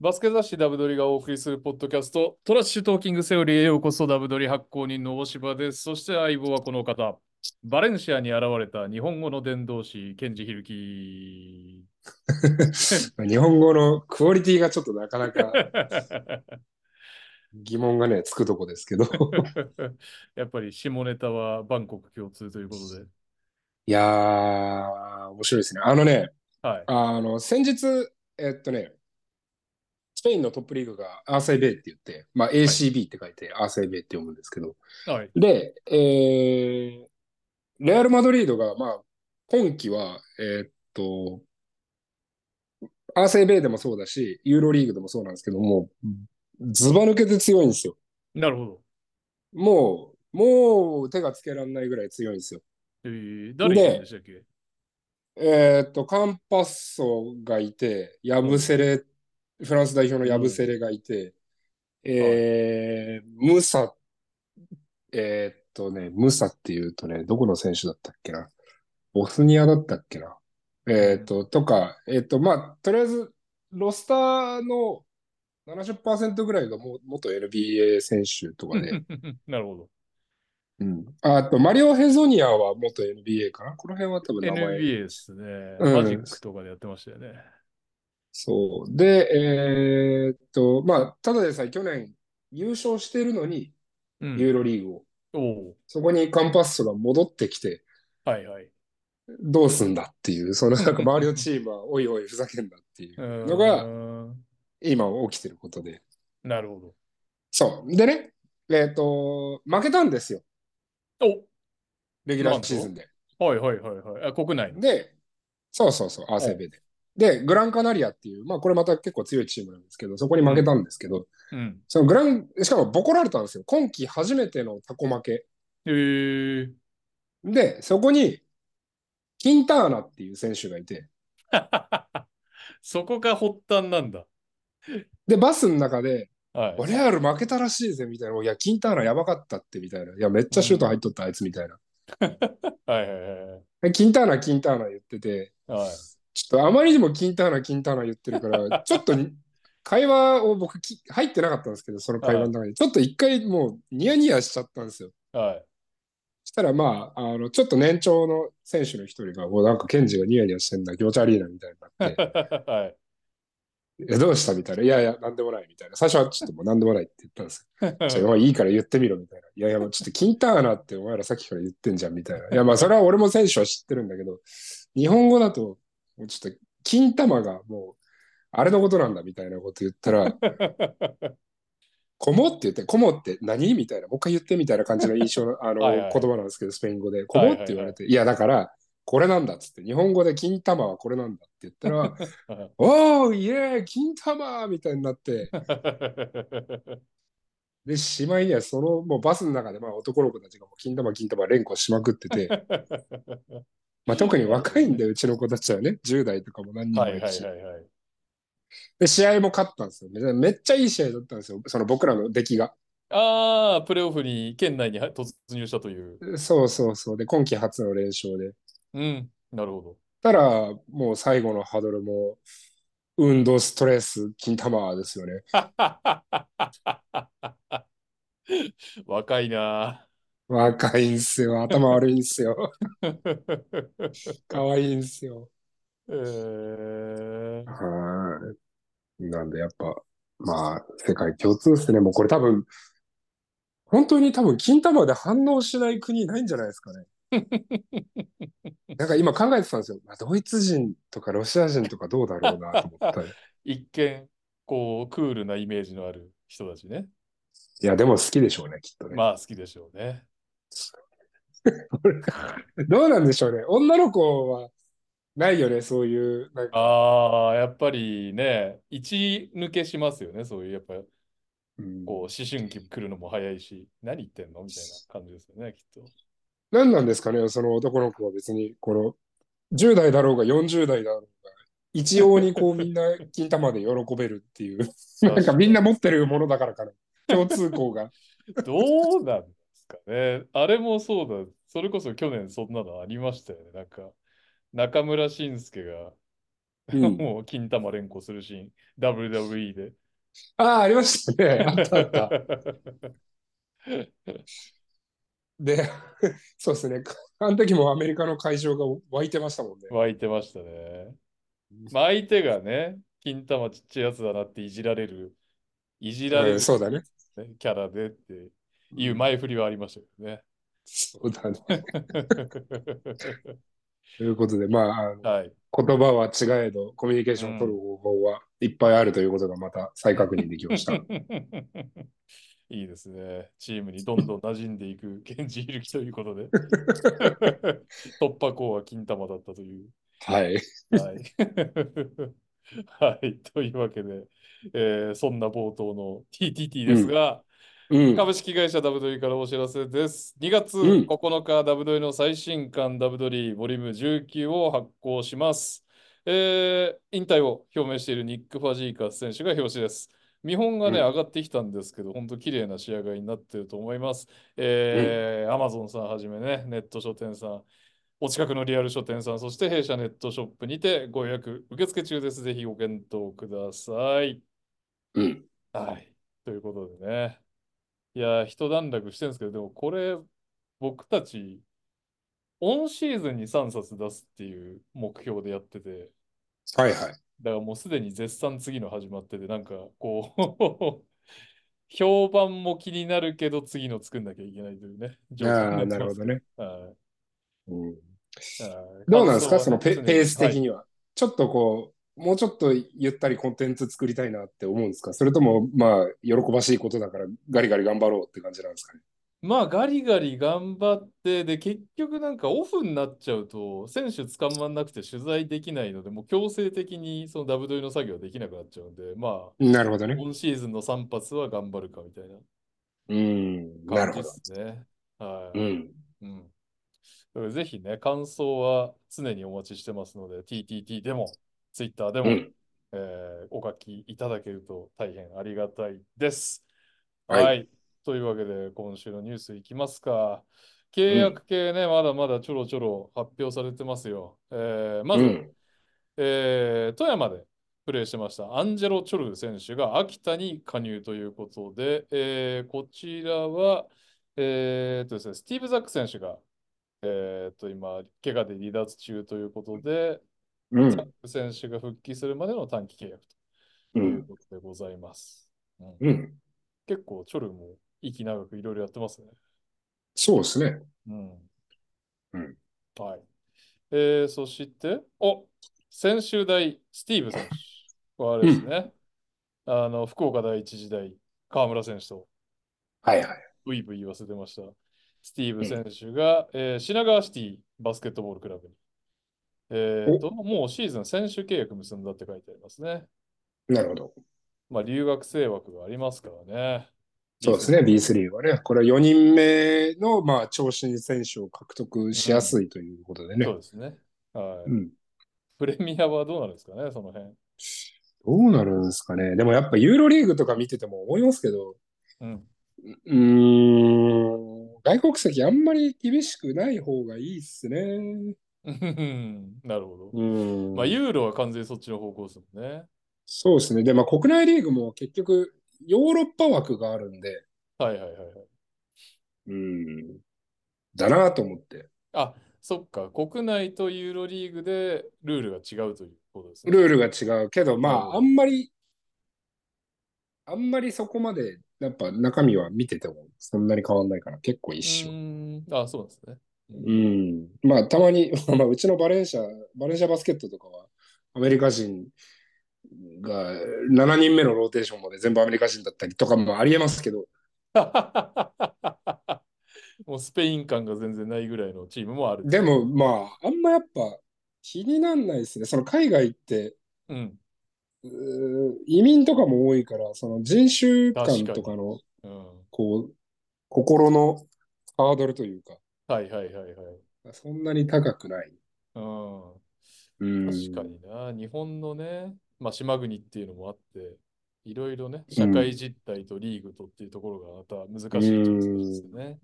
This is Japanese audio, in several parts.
バスケ雑誌ダブドリがお送りするポッドキャスト、トラッシュトーキングセオリーへようこそダブドリ発行人の大柴です。そして相棒はこの方、バレンシアに現れた日本語の伝道師、ケンジヒルキ。日本語のクオリティがちょっとなかな か疑問がね、つくとこですけど。 やっぱり下ネタはバンコク共通ということで。いやー、面白いですね。あのね、はい。あの、先日、えっとね、スペインのトップリーグがアーサイベイって言って、まあ ACB って書いてアーサイベイって読むんですけど、はい。で、えー、レアル・マドリードが、まあ、今季は、えーっと、アーセイベイでもそうだし、ユーロリーグでもそうなんですけども、ズバ抜けて強いんですよ。なるほど。もう、もう手がつけられないぐらい強いんですよ。えー、誰いるんでしたっけえーっと、カンパッソがいて、ヤブセレ、フランス代表のヤブセレがいて、えー、ムサ、えーっとね、ムサっていうとね、どこの選手だったっけな。ボスニアだったっけな。えーっと、とか、えーっと、まあ、とりあえず、ロスターの70%ぐらいがも元 NBA 選手とかで、 なるほど。うん。ああと、マリオ・ヘゾニアは元 NBA かなこの辺は多分名前。 NBA ですね。うんマジックとかでやってましたよね。そう。で、えーっと、まあ、ただでさえ去年優勝してるのに、うん。ユーロリーグを。おおそこにカンパッソが戻ってきて、ー。はいはい。どうすんだっていう、そのなんか周りのチームは、おいおい、ふざけんなっていううーんのが、今起きてることで。なるほど。そう。でね、えーっと、負けたんですよ。レギュラーシーズンで。おはいはいはいはい。あ国内の。で、そうそうそう、アーセベで。で、グランカナリアっていう、まあこれまた結構強いチームなんですけど、そこに負けたんですけど、うん。そのグラン、しかもボコられたんですよ。今季初めてのタコ負け。えー、 で、そこに、キンターナっていう選手がいて、そこが発端なんだ。で、バスの中で、はい。レアル負けたらしいぜみたいな、いや、キンターナやばかったってみたいな、いや、めっちゃシュート入っとった、あいつみたいな。はいはいはいでキンターナ、キンターナ言ってて、はい。ちょっとあまりにもキンターナ、キンターナ言って るから、ちょっと会話を僕き入ってなかったんですけど、その会話の中に。ちょっと一回もうニヤニヤしちゃったんですよ。はい。したらまあ、あの、ちょっと年長の選手の一人が、もうなんかケンジがニヤニヤしてんだ、気持ち悪いな、みたいに なって、はい。え、どうしたみたいな、いやいや、なんでもない、みたいな。最初はちょっともうなんでもないって言ったんですよ。じゃあ、お前いいから言ってみろ、みたいな。いやいや、もうちょっとキンターナってお前らさっきから言ってんじゃん、みたいな。いや、まあ、それは俺も選手は知ってるんだけど、日本語だと、もうちょっと、金玉がもう、あれのことなんだ、みたいなこと言ったら、こもって言って、こもって何みたいな、もう一回言ってみたいな感じの印象のあのはいはい言葉なんですけど、スペイン語で、こもって言われて、いや、だから、これなんだっつって、日本語で金玉はこれなんだって言ったら、おー、イエーイ、金玉みたいになって、で、しまいにはその、もうバスの中で、まあ男の子たちがもう金玉、金玉連呼しまくってて、 まあ特に若いんで、うちの子たちはね、10代とかも何人はもいいはいるし、はいはい。で、試合も勝ったんですよ。めめっちゃいい試合だったんですよ、その僕らの出来が。ああ、プレーオフに県内には突入したという。そうそうそう、で、今季初の連勝で。うん。なるほたら、もう最後のハードルも、運動ストレス、金玉ですよね。ど。 若いな 若いんすよ。頭悪いんすよ。 ぁ。可愛いんすよ。えー、はい。なんでやっぱ、まあ、世界共通ですね。もうこれ多分、本当に多分、金玉で反応しない国ないんじゃないですかね。なんか今考えてたんですよ。まあ、ドイツ人とかロシア人とかどうだろうなと思 ったり。一見、こう、クールなイメージのある人たちね。いや、でも好きでしょうね、きっとね。まあ、好きでしょうね。どうなんでしょうね。女の子はないよね、そういう、なんか、ああ、やっぱりね、一抜けしますよね。そういう、やっぱ、こうんう、思春期来るのも早いし、何言ってんのみたいな感じですよね、きっと。何なんですかね、その男の子は別に、この、10代だろうが40代だろうが、一様にこうみんな金玉で喜べるっていう、なんかみんな持ってるものだからかな。共通項が。どうなんですかね。あれもそうだ。それこそ去年そんなのありましたよね。なんか、中村俊輔がうんもう金玉連呼するシーン、WWE で。ああ、ありましたね。あったあった。 で、そうですね。あの時もアメリカの会場が湧いてましたもんね。湧いてましたね。まあ、相手がね、金玉ちっちゃいやつだなっていじられる、いじられうる、んそうだね。ねキャラでっていう前振りはありましたけどね。そうだね。ということで、まあ、あ のはい。言葉は違えど、コミュニケーションを取る方法はいっぱいあるということがまた再確認できま した。いいですね。チームにどんどん馴染んでいく、ケンジ・ヒルキということで。突破口は金玉だったという。はい。 はい。はい。というわけで、えーそんな冒頭の TTT ですが、うん。株式会社ダブドリからお知らせです。2月うん9日、ダブドリの最新刊ダブドリボリューム19を発行します。えー引退を表明しているニック・ファジーカス選手が表紙です。見本がね、うん上がってきたんですけど、本当綺麗な仕上がりになってると思います。えー Amazon さんはじめね、ネット書店さん、お近くのリアル書店さん、そして弊社ネットショップにてご予約受付中です。ぜひご検討ください。うん。はい。ということでね。いやー、一段落してるんですけど、でもこれ、僕たち、オンシーズンに3冊出すっていう目標でやってて、はいはい。だからもうすでに絶賛次の始まってて、なんかこう、 評判も気になるけど、次の作んなきゃいけないというね、状況にああ、ななってるまほすどね。けど。はいうんはいどうなんですか感そ想のはねペペース的はいには。ちょっとこう、もうちょっとゆったりコンテンツ作りたいなって思うんですかそれとも、まあ、喜ばしいことだからガリガリ頑張ろうって感じなんですかねまあ、ガリガリ頑張って、で、結局なんかオフになっちゃうと、選手捕まんなくて取材できないので、もう強制的にそのダブドリの作業はできなくなっちゃうんで、まあ、なるほどね。今シーズンの3発は頑張るかみたいなうん、なる感ほじど。ですね。はうい。ん。うん。だからぜひね、感想は常にお待ちしてますので、TTT でも、Twitter でも、うんえーお書きいただけると大変ありがたいです。はいというわけで、今週のニュースいきますか。契約系ね、まだまだちょろちょろ発表されてますよ。えーまず、うんえー富山でプレーしてましたアンジェロ・チョル選手が秋田に加入ということで、えーこちらは、えーっとですね、スティーブ・ザック選手が、えーっと今、怪我で離脱中ということで、うザッん。ク選手が復帰するまでの短期契約うといううことでございます。うんうん結構、チョルも息長くいろいろやってますね。そうですね。うん。うんはい。えー、そして、お専修大スティーブ選手。はあれですね。あの、福岡第一時代、河村選手と、はいはい。ブイブイ言わせてました。スティーブ選手が、えー品川シティバスケットボールクラブに。えー、と、もうシーズン選手契約結んだって書いてありますね。なるほど。まあ、留学生枠がありますからね。そうですね。B3 はね。これは4人目の、まあ、長身選手を獲得しやすいということでね。そうですね。はい。うん。プレミアはどうなるんですかね、その辺。どうなるんですかね。でもやっぱユーロリーグとか見てても思いますけど、うん。 うーん、外国籍あんまり厳しくない方がいいっすね。うんなるほど。うんまあ、ユーロは完全にそっちの方向ですもんね。そうですね。で、まあ国内リーグも結局ヨーロッパ枠があるんで、はいはいはいはい。うん、だなと思って。あ、そっか。国内とユーロリーグでルールが違うということですね。ルールが違うけど、まなるほあどあんまり、あんまりそこまで、やっぱ中身は見ててもそんなに変わんないから結構一緒。うーん。あ、そうなんですね。うん。まあ、たまに、 まあ、うちのバレンシア、バレンシアバスケットとかは、アメリカ人が7人目のローテーションまで全部アメリカ人だったりとかもありえますけど、 もうスペイン感が全然ないぐらいのチームもある。でも、まあ、あんまやっぱ気になんないですね。その海外って、うん。うー移民とかも多いから、その人種確間かにとかの、うん。こう、心のハードルというか、はいはいはいはい。そんなに高くない。うん。うん。確かにな、日本のね、まあ、島国っていうのもあって、いろいろね、社会実態とリーグとっていうところがまた難しいところですね。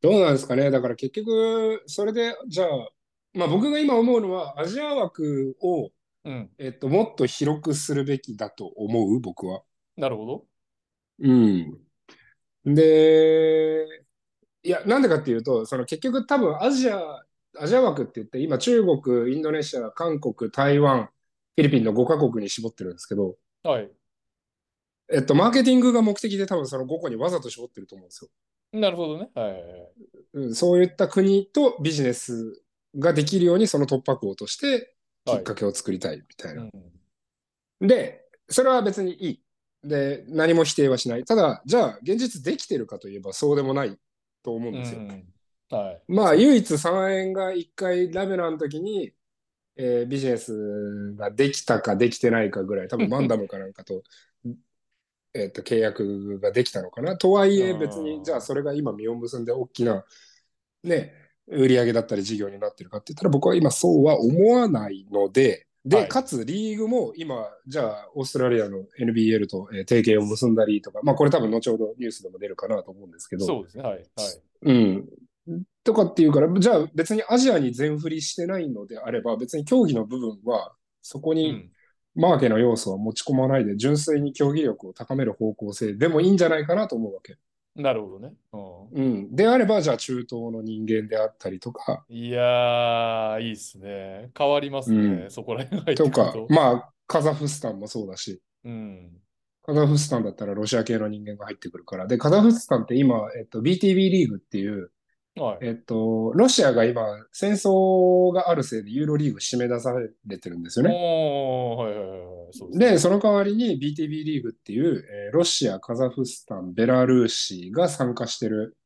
どうなんですかね。だから結局、それで、じゃあ、まあ僕が今思うのは、アジア枠をううん。えっと、もっと広くするべきだと思う、僕は。なるほど。うん。で、いや、なんでかっていうと、その結局多分アジア、アジア枠って言って、今中国、インドネシア、韓国、台湾、フィリピンの5カ国に絞ってるんですけど、はい。えっと、マーケティングが目的で多分その5個にわざと絞ってると思うんですよ。なるほどね。はいはいはい。うん、そういった国とビジネスができるようにその突破口としてきっかけを作りたいみたいな。はいで、それは別にいい。で、何も否定はしない。ただ、じゃあ現実できてるかといえばそうでもないと思ううんんですよ。うんはい。まあ、唯一3円が1回ラベナの時に、えービジネスができたかできてないかぐらい、多分マンダムかなんかと、えっと、契約ができたのかな。とはいえ、別うに、んじゃあそれが今実を結んで大きな、ね、売上だったり事業になってるかって言ったら、僕は今そうは思わないので、はで、いかつリーグも今、じゃあオーストラリアの NBL とえー提携を結んだりとか、まあこれ多分後ほどニュースでも出るかなと思うんですけど、そうですね。はい。はい。うん。とかっていうから、じゃあ別にアジアに全振りしてないのであれば、別に競技の部分は、そこうにんマーケの要素は持ち込まないで、純粋に競技力を高める方向性でもいいんじゃないかなと思うわけ。なるほどね。うんうん。であれば、じゃあ中東の人間であったりとか、いやー、いいっすね。変わりますね。うんそこら辺入ってとくるかと。、まあ、カザフスタンもそうだし、うん。カザフスタンだったらロシア系の人間が入ってくるから。で、カザフスタンって今、えっと、BTV リーグっていう、はい。えっと、ロシアが今、戦争があるせいでユーロリーグ締め出されてるんですよね。おー、はいはいはいはい。そうですね。で、その代わりに BTB リーグっていう、えーロシア、カザフスタン、ベラルーシが参加してる、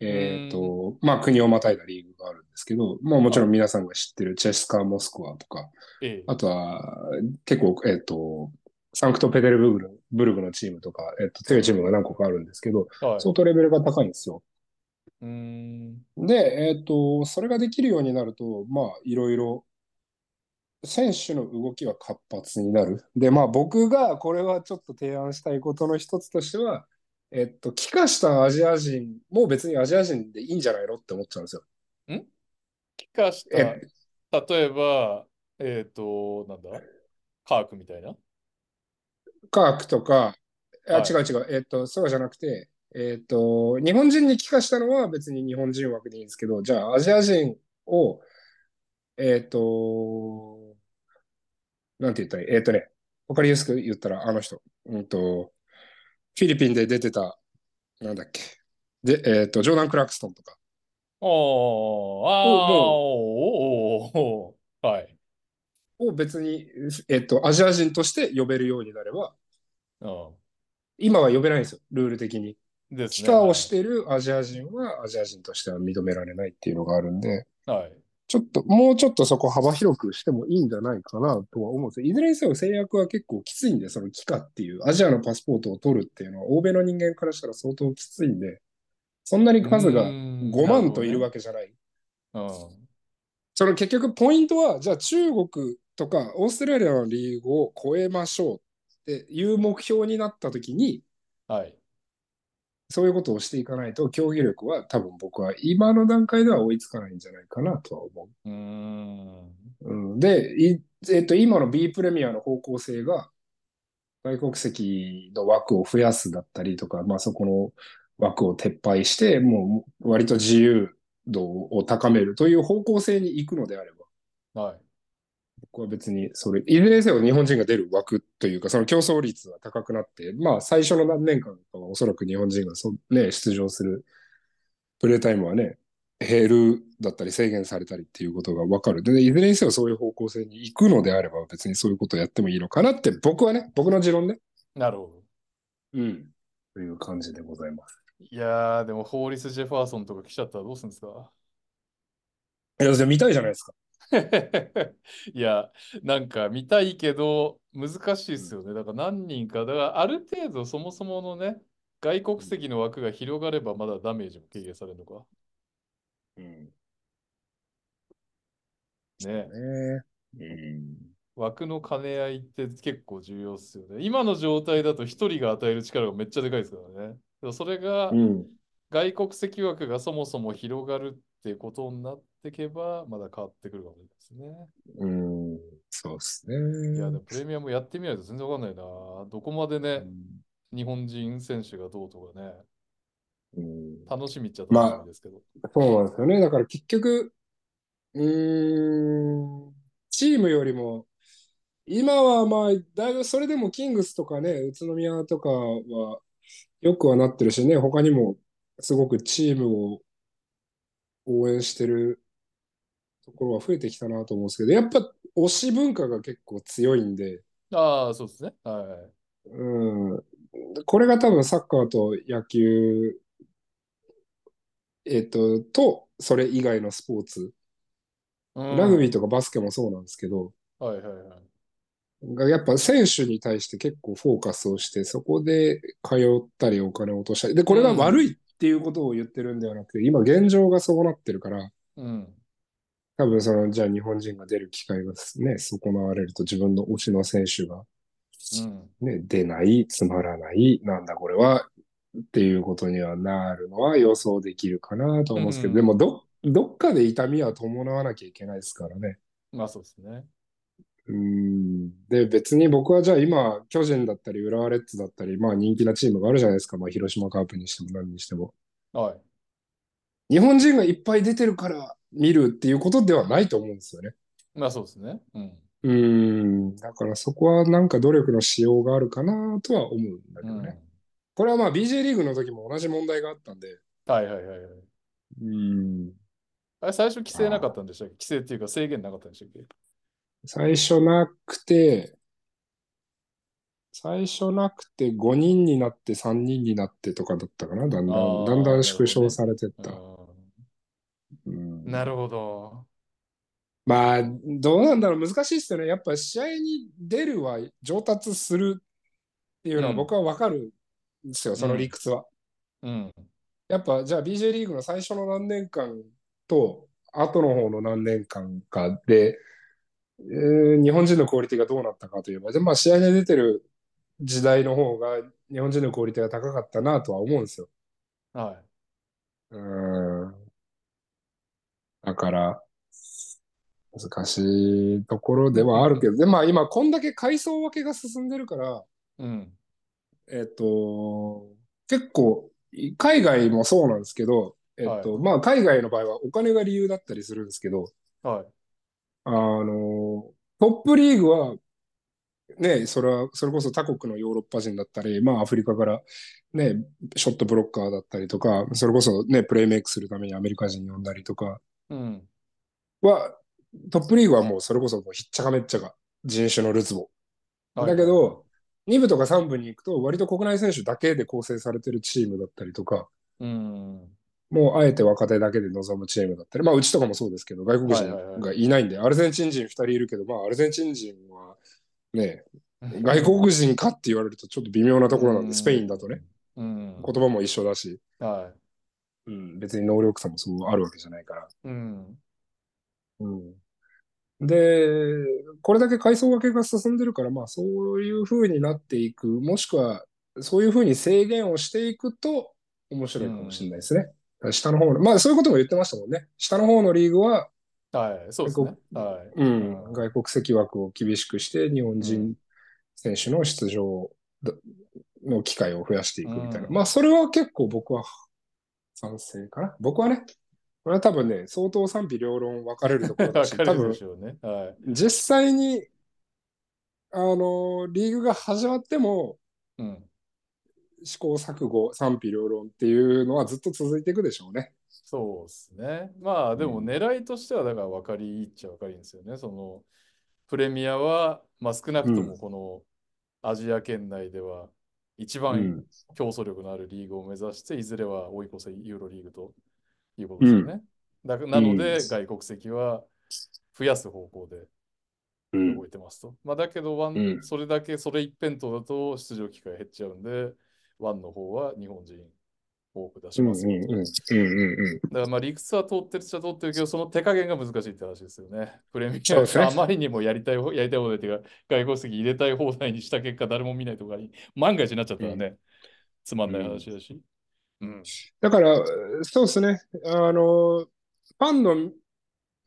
えっと、まあ、国をまたいだリーグがあるんですけど、まあ、もちろん皆さんが知ってるチェスカー・モスクワとか、ええあとは、結構、えっと、サンクトペテルブルグブルグのチームとか、えっと、強いチームが何個かあるんですけど、はい。相当レベルが高いんですよ。うーん。で、えっと、それができるようになると、まあ、いろいろ、選手の動きは活発になる。で、まあ、僕がこれはちょっと提案したいことの一つとしては、えっと、帰化したアジア人も別にアジア人でいいんじゃないのって思っちゃうんですよ。帰化した、え例えば、えっと、なんだカークみたいな科学とか、あ、はい違う違う、えっと、そうじゃなくて、えっと、日本人に帰化したのは別に日本人枠でいいんですけど、じゃあ、アジア人を、えっと、なんて言ったらいい、えっとね、わかりやすく言ったら、あの人、うんと、フィリピンで出てた、なんだっけ、で、えっと、ジョーダン・クラクストンとか、おー、あー、おー、おー、はい。を別に、えっと、アジア人として呼べるようになれば、う今は呼べないんですよ、ルール的に。ん。です帰ね。化をしてるアジア人はアジア人としては認められないっていうのがあるんで、はい。はい。ちょっと、もうちょっとそこ幅広くしてもいいんじゃないかなとは思うんですよ。いずれにせよ制約は結構きついんで、その帰化っていう、アジアのパスポートを取るっていうのは、欧米の人間からしたら相当きついんで、そんなに数がうーんな5るほど万ねといるわけじゃない。うん。その結局ポイントは、じゃあ中国とかオーストラリアのリーグを超えましょうっていう目標になったときに、はい。そういうことをしていかないと、競技力は多分僕は今の段階では追いつかないんじゃないかなとは思うーん。う。うん、で、いえっと、今の B プレミアの方向性が、外国籍の枠を増やすだったりとか、まあ、そこの枠を撤廃して、もう割と自由度を高めるという方向性に行くのであれば、はい。僕は別にそれ、いずれにせよ日本人が出る枠というか、その競争率は高くなって、まあ最初の何年間かはおそらく日本人がそ、ね、出場するプレータイムはね、減るだったり制限されたりっていうことが分かる。で、いずれにせよそういう方向性に行くのであれば別にそういうことをやってもいいのかなって僕はね、僕の持論ね。なるほど。うん。という感じでございます。いやー、でも、ホーリス・ジェファーソンとか来ちゃったらどうするんですかいや、それ見たいじゃないですか。 いや、なんか見たいけど、難しいですよね。だから何人か、だからある程度そもそものね、外国籍の枠が広がればまだダメージも軽減されるのか。うん。ね。ねうん。枠の兼ね合いって結構重要ですよね。今の状態だと一人が与える力がめっちゃでかいですからね。でもそれがうん。外国籍枠がそもそも広がるってことになってけば、まだ変わってくるかもしれないですね。うん。そうですね。いや、でもプレミアムやってみないと全然わかんないな。どこまでうね、ん日本人選手がどうとかね、うん楽しみっちゃまあ楽しみですけど。そうなんですよね。だから結局、うーん、チームよりも、今はまあ、だいぶそれでもキングスとかね、宇都宮とかは、よくはなってるしね、他にも、すごくチームを応援してるところは増えてきたなと思うんですけど、やっぱ推し文化が結構強いんで、ああ、そうですね。はうん、これが多分サッカーと野球、えっと、と、それ以外のスポーツ、い。ラグビーと。とかバスケもそうなんですけど、はいはいはい。がやっぱ選手に対して結構フォーカスをして、そこで通ったりお金を落としたり、で、これが悪いっていうことを言ってるんではなくて、今現状がそうなってるから、うん。多分その、じゃあ日本人が出る機会がね、損なわれると自分の推しの選手がうん。ね、出ない、つまらない、なんだこれは、っていうことにはなるのは予想できるかなと思うんですけど、うんでもど、どっかで痛みは伴わなきゃいけないですからね。まあそうですね。うん。で、別に僕はじゃあ今、巨人だったり、浦和レッズだったり、まあ人気なチームがあるじゃないですか。まあ広島カープにしても何にしても。はい。日本人がいっぱい出てるから見るっていうことではないと思うんですよね。まあそうですね。うん。うん。だからそこはなんか努力のしようがあるかなとは思うんだけうどん、ね。これはまあ BJ リーグの時も同じ問題があったんで、はいはいはいはい。うんあれ、最初規制なかったんでしたっけ規制っていうか制限なかったんでしたっけ最初なくて、最初なくて5人になって3人になってとかだったかな、だんだあん、ーだんだん縮小されてっうた。うんんなるほど。まあ、どうなんだろう、難しいっすよね。やっぱ試合に出るは上達するっていうのはうん僕はわかるんですよ、その理屈は。うん。やっぱじゃあ BJ リーグの最初の何年間と後の方の何年間かで、えー日本人のクオリティがどうなったかといえば、でまあ、試合に出てる時代の方が日本人のクオリティが高かったなとは思うんですよ。はうーん。だから、難しいところではあるけど、でまあ今こんだけ階層分けが進んでるから、い。うん。えっと、結構、い海外もそうなんですけど、えっと、まあ、海外の場合はお金が理由だったりするんですけど、はい。あの、トップリーグは、ね、それは、それこそ他国のヨーロッパ人だったり、まあ、アフリカから、ね、ショットブロッカーだったりとか、それこそね、プレイメイクするためにアメリカ人呼んだりとかうん。は、トップリーグはもう、それこそもうひっちゃかめっちゃか、人種のるつぼ。はいだけど、2部とか3部に行くと、割と国内選手だけで構成されてるチームだったりとか、うん。もうあえて若手だけで臨むチームだったり、まあうちとかもそうですけど、外国人がいないんで、アルゼンチン人2人いるけど、まあアルゼンチン人はね、外国人かって言われるとちょっと微妙なところなんうで、んスペインだとね、。うん。言葉も一緒だし、はうん、別に能力差もそうあるわけじゃないから。い。うん。うんで、これだけ階層分けが進んでるから、まあそういう風になっていく、もしくはそういう風に制限をしていくと面白いかもしれないですね。下の方の、まあそういうことも言ってましたもんね。下の方のリーグは、はい。そうですね。はい。うん、外国籍枠を厳しくして、日本人選手の出場だの機会を増やしていくみたいな。うんまあ、それは結構僕は賛成かな。僕はね、これは多分ね、相当賛否両論分かれるところだわし、か多るで 分しょうね。はい。実際に、あのーリーグが始まっても、うん。試行錯誤、賛否両論っていうのはずっと続いていくでしょうね。そうですね。まあでもうん狙いとしてはだから分かりっちゃ分かりんですよね。そのプレミアは、まあ、少なくとうもこのアジア圏内では一番競争力のあるリーグを目指して、いずれは追い越せユーロリーグということですよね。だなのでうん外国籍は増やす方向でうん動いてますと。まあ、だけどワン、うんそれだけそれ一辺倒だと出場機会減っちゃうんで、ワンの方は日本人多く出しうんまうんすよと。うんうんうんだからまあ理屈は通ってるっちゃ通ってるけど、その手加減が難しいって話ですよね。プレミそうですねアムあまりにもやりたいほ、やりたい放題っていうか、外交席入れたい放題にした結果、誰も見ないとかに、万が一になっちゃったらね、つまんない話だし。うん。だから、そうですね。あの、ファンの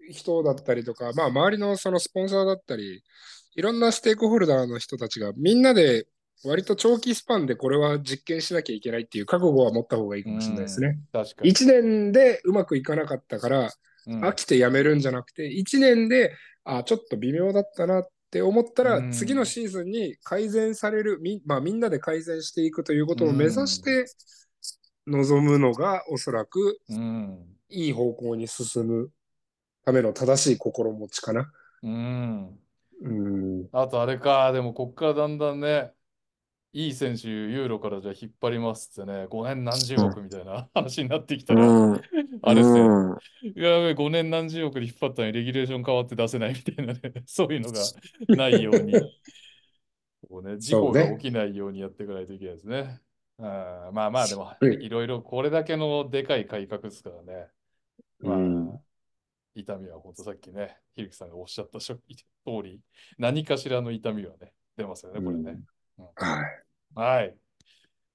人だったりとか、まあ、周りのそのスポンサーだったり、いろんなステークホルダーの人たちが、みんなで割と長期スパンでこれは実験しなきゃいけないっていう覚悟は持った方がいいかもしれないですね。確かに。 1年でうまくいかなかったから、うん飽きてやめるんじゃなくて、1年で、あ、ちょっと微妙だったなって思ったら、うん次のシーズンに改善される、み,、まあ、みんなで改善していくということを目指して、望むのがおそらくうん。いい方向に進むための正しい心持ちかな。うん。うん。あとあれか、でもこっからだんだんね、いい選手、ユーロからじゃあ引っ張りますってね、5年何十億みたいな話になってきたら、うん。あれっすねうんやべえ、5年何十億で引っ張ったのにレギュレーション変わって出せないみたいなね、 そういうの がないように。こうね、事故がそうね起きないようにやっていかないといけないですね。あーまあまあ、でも、うんいろいろこれだけのでかい改革ですからね。まあうん痛みは本当さっきね、ひるきさんがおっしゃった通り、何かしらの痛みはね、出ますよね、これね。はい。はい。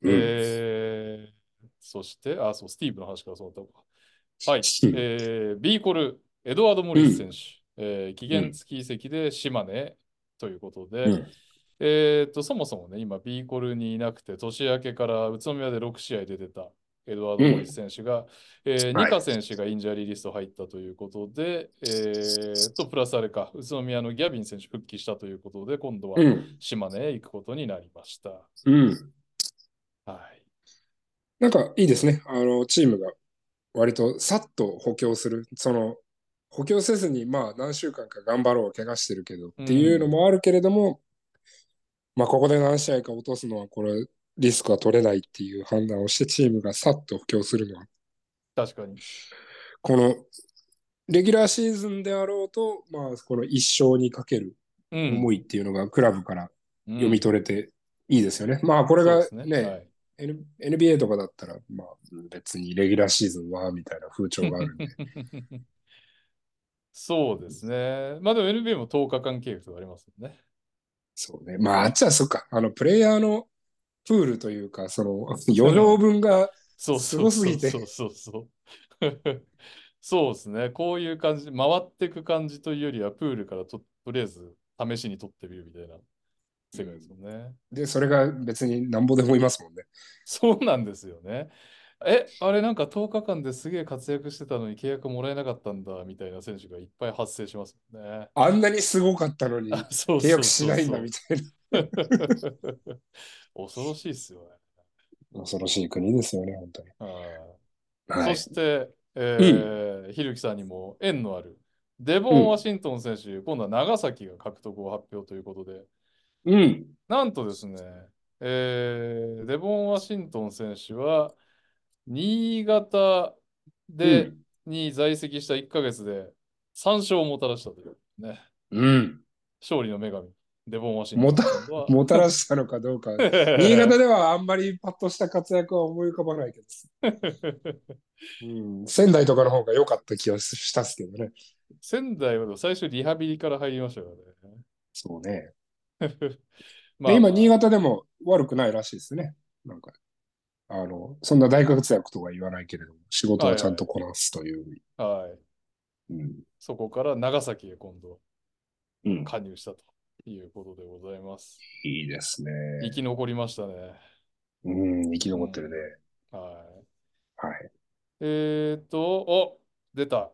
うんえー、そして、あ、そう、スティーブの話からそうだったわはい。えー、ビーコル、エドワード・モリス選手、えー期限付き移籍で島根ということで、うんえー、とそもそもね、今、ビーコルにいなくて、年明けから宇都宮で6試合で出たエドワード・モリス選手が、えーはいニカ選手がインジャリーリスト入ったということで、えー、とプラスあれか、宇都宮のギャビン選手復帰したということで、今度はうん。島根へ行くことになりました。うん。はい。なんかいいですね。あの、チームが割とさっと補強する。その、補強せずに、まあ何週間か頑張ろう、怪我してるけどっていうのもあるけれども、まあここで何試合か落とすのは、これ、リスクは取れないっていう判断をして、チームがさっと補強するのは、確かに。この、レギュラーシーズンであろうと、まあこの一生にかけるうん。思いっていうのがクラブから読読み取れていいですよね。まあこれがそうですね、はい N- NBA とかだったら、まあ、別にレギュラーシーズンはみたいな風潮があるん で。そうですね。まあでも NBA も10日間契約とかありますよね。そうね。まあ、あっちはそっか。あの、プレイヤーのプールというか、その、余剰分が、そうそうすごすぎてそうそう そうそう。そうですね。こういう感じ、回っていく感じというよりは、プールからととりあえず試しに取ってみるみたいな世界ですもんね。で、それが別になんぼでもいますもんね。そうなんですよね。え、あれなんか10日間ですげえ活躍してたのに契約もらえなかったんだみたいな選手がいっぱい発生しますもんね。あんなにすごかったのに、あ そう契約しないんだ そうみたいな。そうそう恐ろしいっすよね。恐ろしい国ですよね、本当に。あーはそい。して、えーひるきさんにも縁のあるデボうんン・ワシントン選手、今度は長崎が獲得を発表ということで、うん。なんとですね、えーデボン・ワシントン選手は、新潟で、うんに在籍した1ヶ月で3勝をもたらしたというね、うん。勝利の女神、デボン・ワシントンさんはもたらしたのかどうか。 新潟ではあんまりパッとした活躍は思い浮かばないけど、うん、仙台とかの方が良かった気がしたっすけどね。 仙台はでも最初リハビリから入りましたからね。そうね。まあで、ま今、あ新潟でも悪くないらしいですね。なんか、あの、そんな大活躍とは言わないけれども、仕事はちゃんとこなすという。はい。うんそこから長崎へ今度う ん加入したということでございます。いいですね。生き残りましたね。うん、生き残ってるね。はい。はい。えー、っと、お出た。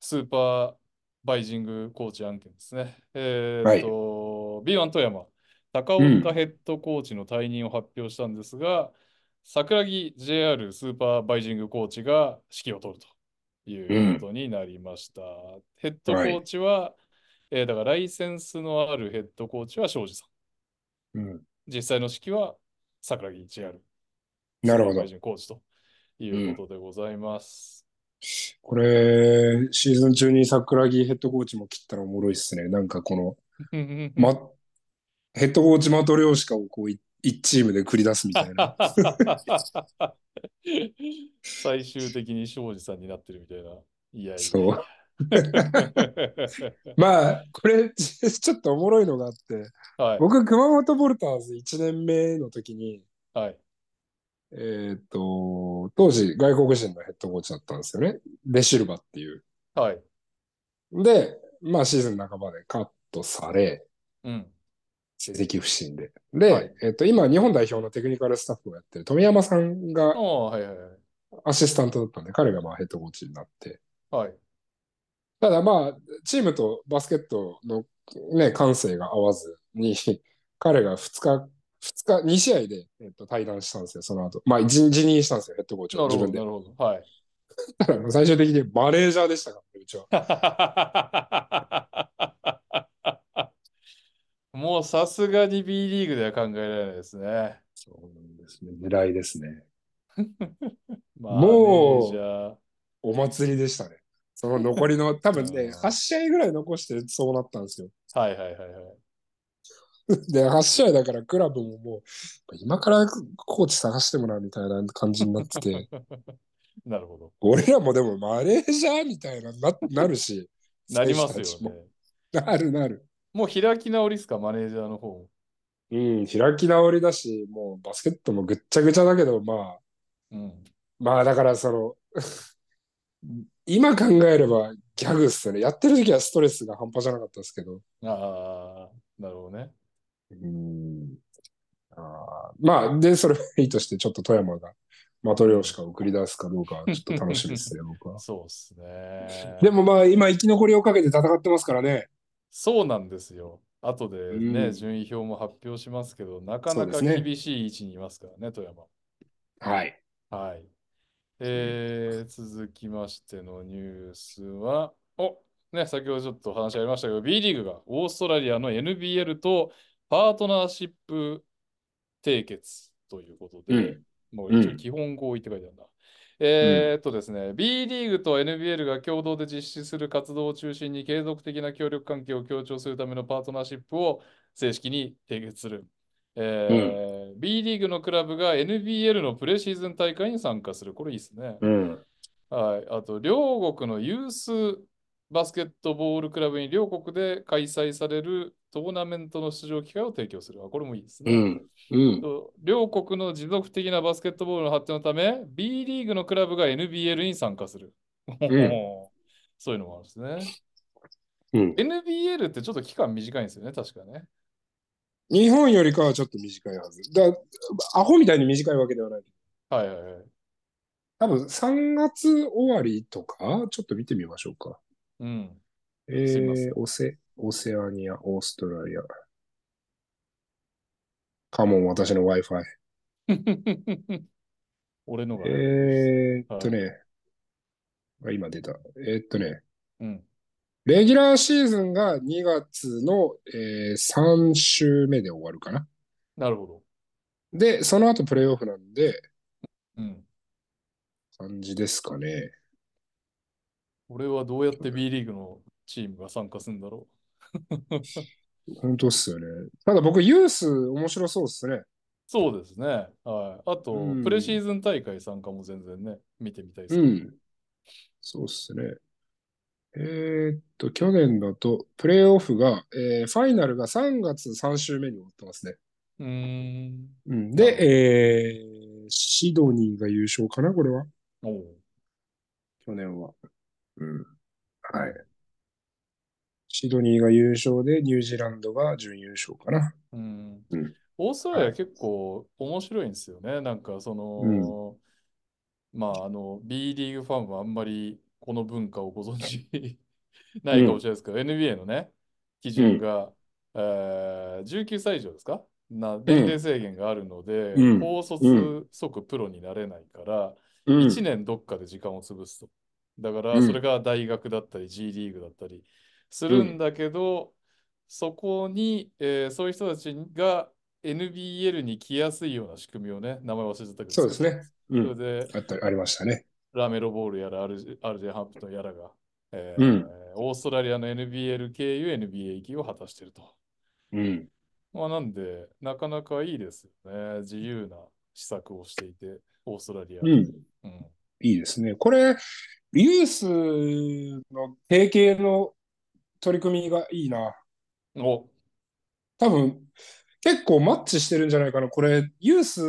スーパーバイジングコーチ案件ですね。えー、っと、B1 富山、高岡ヘッドコーチの退任を発表したんですが、桜木 JR スーパーバイジングコーチが指揮を取るということになりました。ヘッドコーチは、えーだからライセンスのあるヘッドコーチは庄司さん。うん、実際の指揮は桜木 JR なるほスーパーバイ。どジングコーチということでございます。これ、シーズン中に桜木ヘッドコーチも切ったらおもろいっすね。なんかこの、ま、ヘッドコーチマトリョーシカをこう、い一チームで繰り出すみたい な。 最終的に庄司さんになってるみたいな。いやいや。そう。まあ、これ、ちちょっとおもろいのがあって、はい。僕、熊本ボルターズ1年目の時に、はい。えーっと、当時、外国人のヘッドコーチだったんですよね。デシルバっていう。はい。で、まあシーズン半ばでカットされ、うん。成績不振で。で、はいえっと、今、日本代表のテクニカルスタッフをやってる富山さんがああ、はいはいはい。アシスタントだったんで、彼がまあヘッドコーチになって。はい。ただまあ、チームとバスケットのね、感性が合わずに、 彼が2日、2日、2試合で、えっと、対談したんですよ、その後。まあ、辞辞任したんですよ、ヘッドコーチなをる自ほど、分でな。るほど。はい。 ただ、 最終的にマネージャーでしたからね、うちは。もうさすがに B リーグでは考えられないですね。そうなんですね、狙いですね。まあ、もうメジャーお祭りでしたね。その残 りの、多分ね、あー8試合ぐらい残してそうなったんですよ。 はいはいはいはい。で、8試合だからクラブももう、今からコーチ探してもらうみたいな感じになって て、なるほど。俺らもでもマネージャーみたいなな、 なるし、なります選手たちよもね。なるなる。もう開き直りっすか、マネージャーの方も。うん、開き直りだし、もうバスケットもぐっちゃぐちゃだけど、まあ、うん。まあだからその、 今考えればギャグっすよね。やってる時はストレスが半端じゃなかったですけど。ああ、なるほどね。うんあーまあ、で、それはいいとして、ちょっと富山がマトリョーシカを送り出すかどうかは、ちょっと楽しみですね、僕は。そうっすね。 でもまあ、今、生き残りをかけて戦ってますからね。そうなんですよ。後でね、うん順位表も発表しますけど、なかなそかうですね厳しい位置にいますからね、富山。はい。はい。えー、続きましてのニュースは、おね、先ほどちょっと話ありましたけど、B リーグがオーストラリアの NBL とパートナーシップ締結ということで、うんもう一う応ん基本合意って書いてあるな。えーっとですね、B リーグと NBL が共同で実施する活動を中心に継続的な協力関係を強調するためのパートナーシップを正式に締結する。えー B リーグのクラブが NBL のプレシーズン大会に参加する。これいいですね。うん。はい。あと、両国のユースバスケットボールクラブに両国で開催されるトーナメントの出場機会を提供する。あこれもいいですね。ん。うん。と両国の持続的なバスケットボールの発展のため、B リーグのクラブが NBL に参加する。ん そういうのもあるんですうねん。 NBL ってちょっと期間短いんですよね、確かね。日本よりかはちょっと短いはず。だアホみたいに短いわけではない。はいはいはい。多分3月終わりとか、ちょっと見てみましょうか。うん。 えすいませーん、オセ、オセアニア、オーストラリア。カモン、私の Wi-Fi。俺のがね、えーっとね、あ今出た。えーっとね、うん。レギュラーシーズンが2月の、え3週目で終わるかな。なるほど。で、その後プレイオフなんで、うん。感じですかね。俺はどうやって B リーグのチームが参加するんだろう。本当っすよね。ただ僕、ユース面白そうっすね。そうですね。はい。あと、うんプレシーズン大会参加も全然ね、見てみたいですうね。ん。そうっすね。えーっと、去年だと、プレイオフが、えーファイナルが3月3週目に終わってますね。うーん。うん、で、えーシドニーが優勝かな、これは。おう去年は。うん。はい。シドニーが優勝で、ニュージーランドが準優勝かな。うんうんオーストラリア結構面白いんですよね。なんかその、まああの B リーグファンはあんまりこの文化をご存知ないかもしれないですけど、NBA のね、基準が、えー19歳以上ですかな年齢制限があるので、うん高う卒即プロになれないから、う1年どっかで時間を潰すと。だから、うんそれが大学だったり、G リーグだったりするんだけど、そこに、えーそういう人たちが NBL に来やすいような仕組みをね、名前忘れちゃったけど。そうですね。うそん。れで、あった、ありましたね。ラメロボールやら、アルジアルジェハンプトンやらが、えーうんオーストラリアの NBL 経由 NBA 行きを果たしていると。うん。まあ、なんで、なかなかいいですよね。自由な施策をしていて、オーストラリア。うん。うんいいですね。これ、ユースの提携の取り組みがいいな。お、多分、結構マッチしてるんじゃないかな。これ、ユース、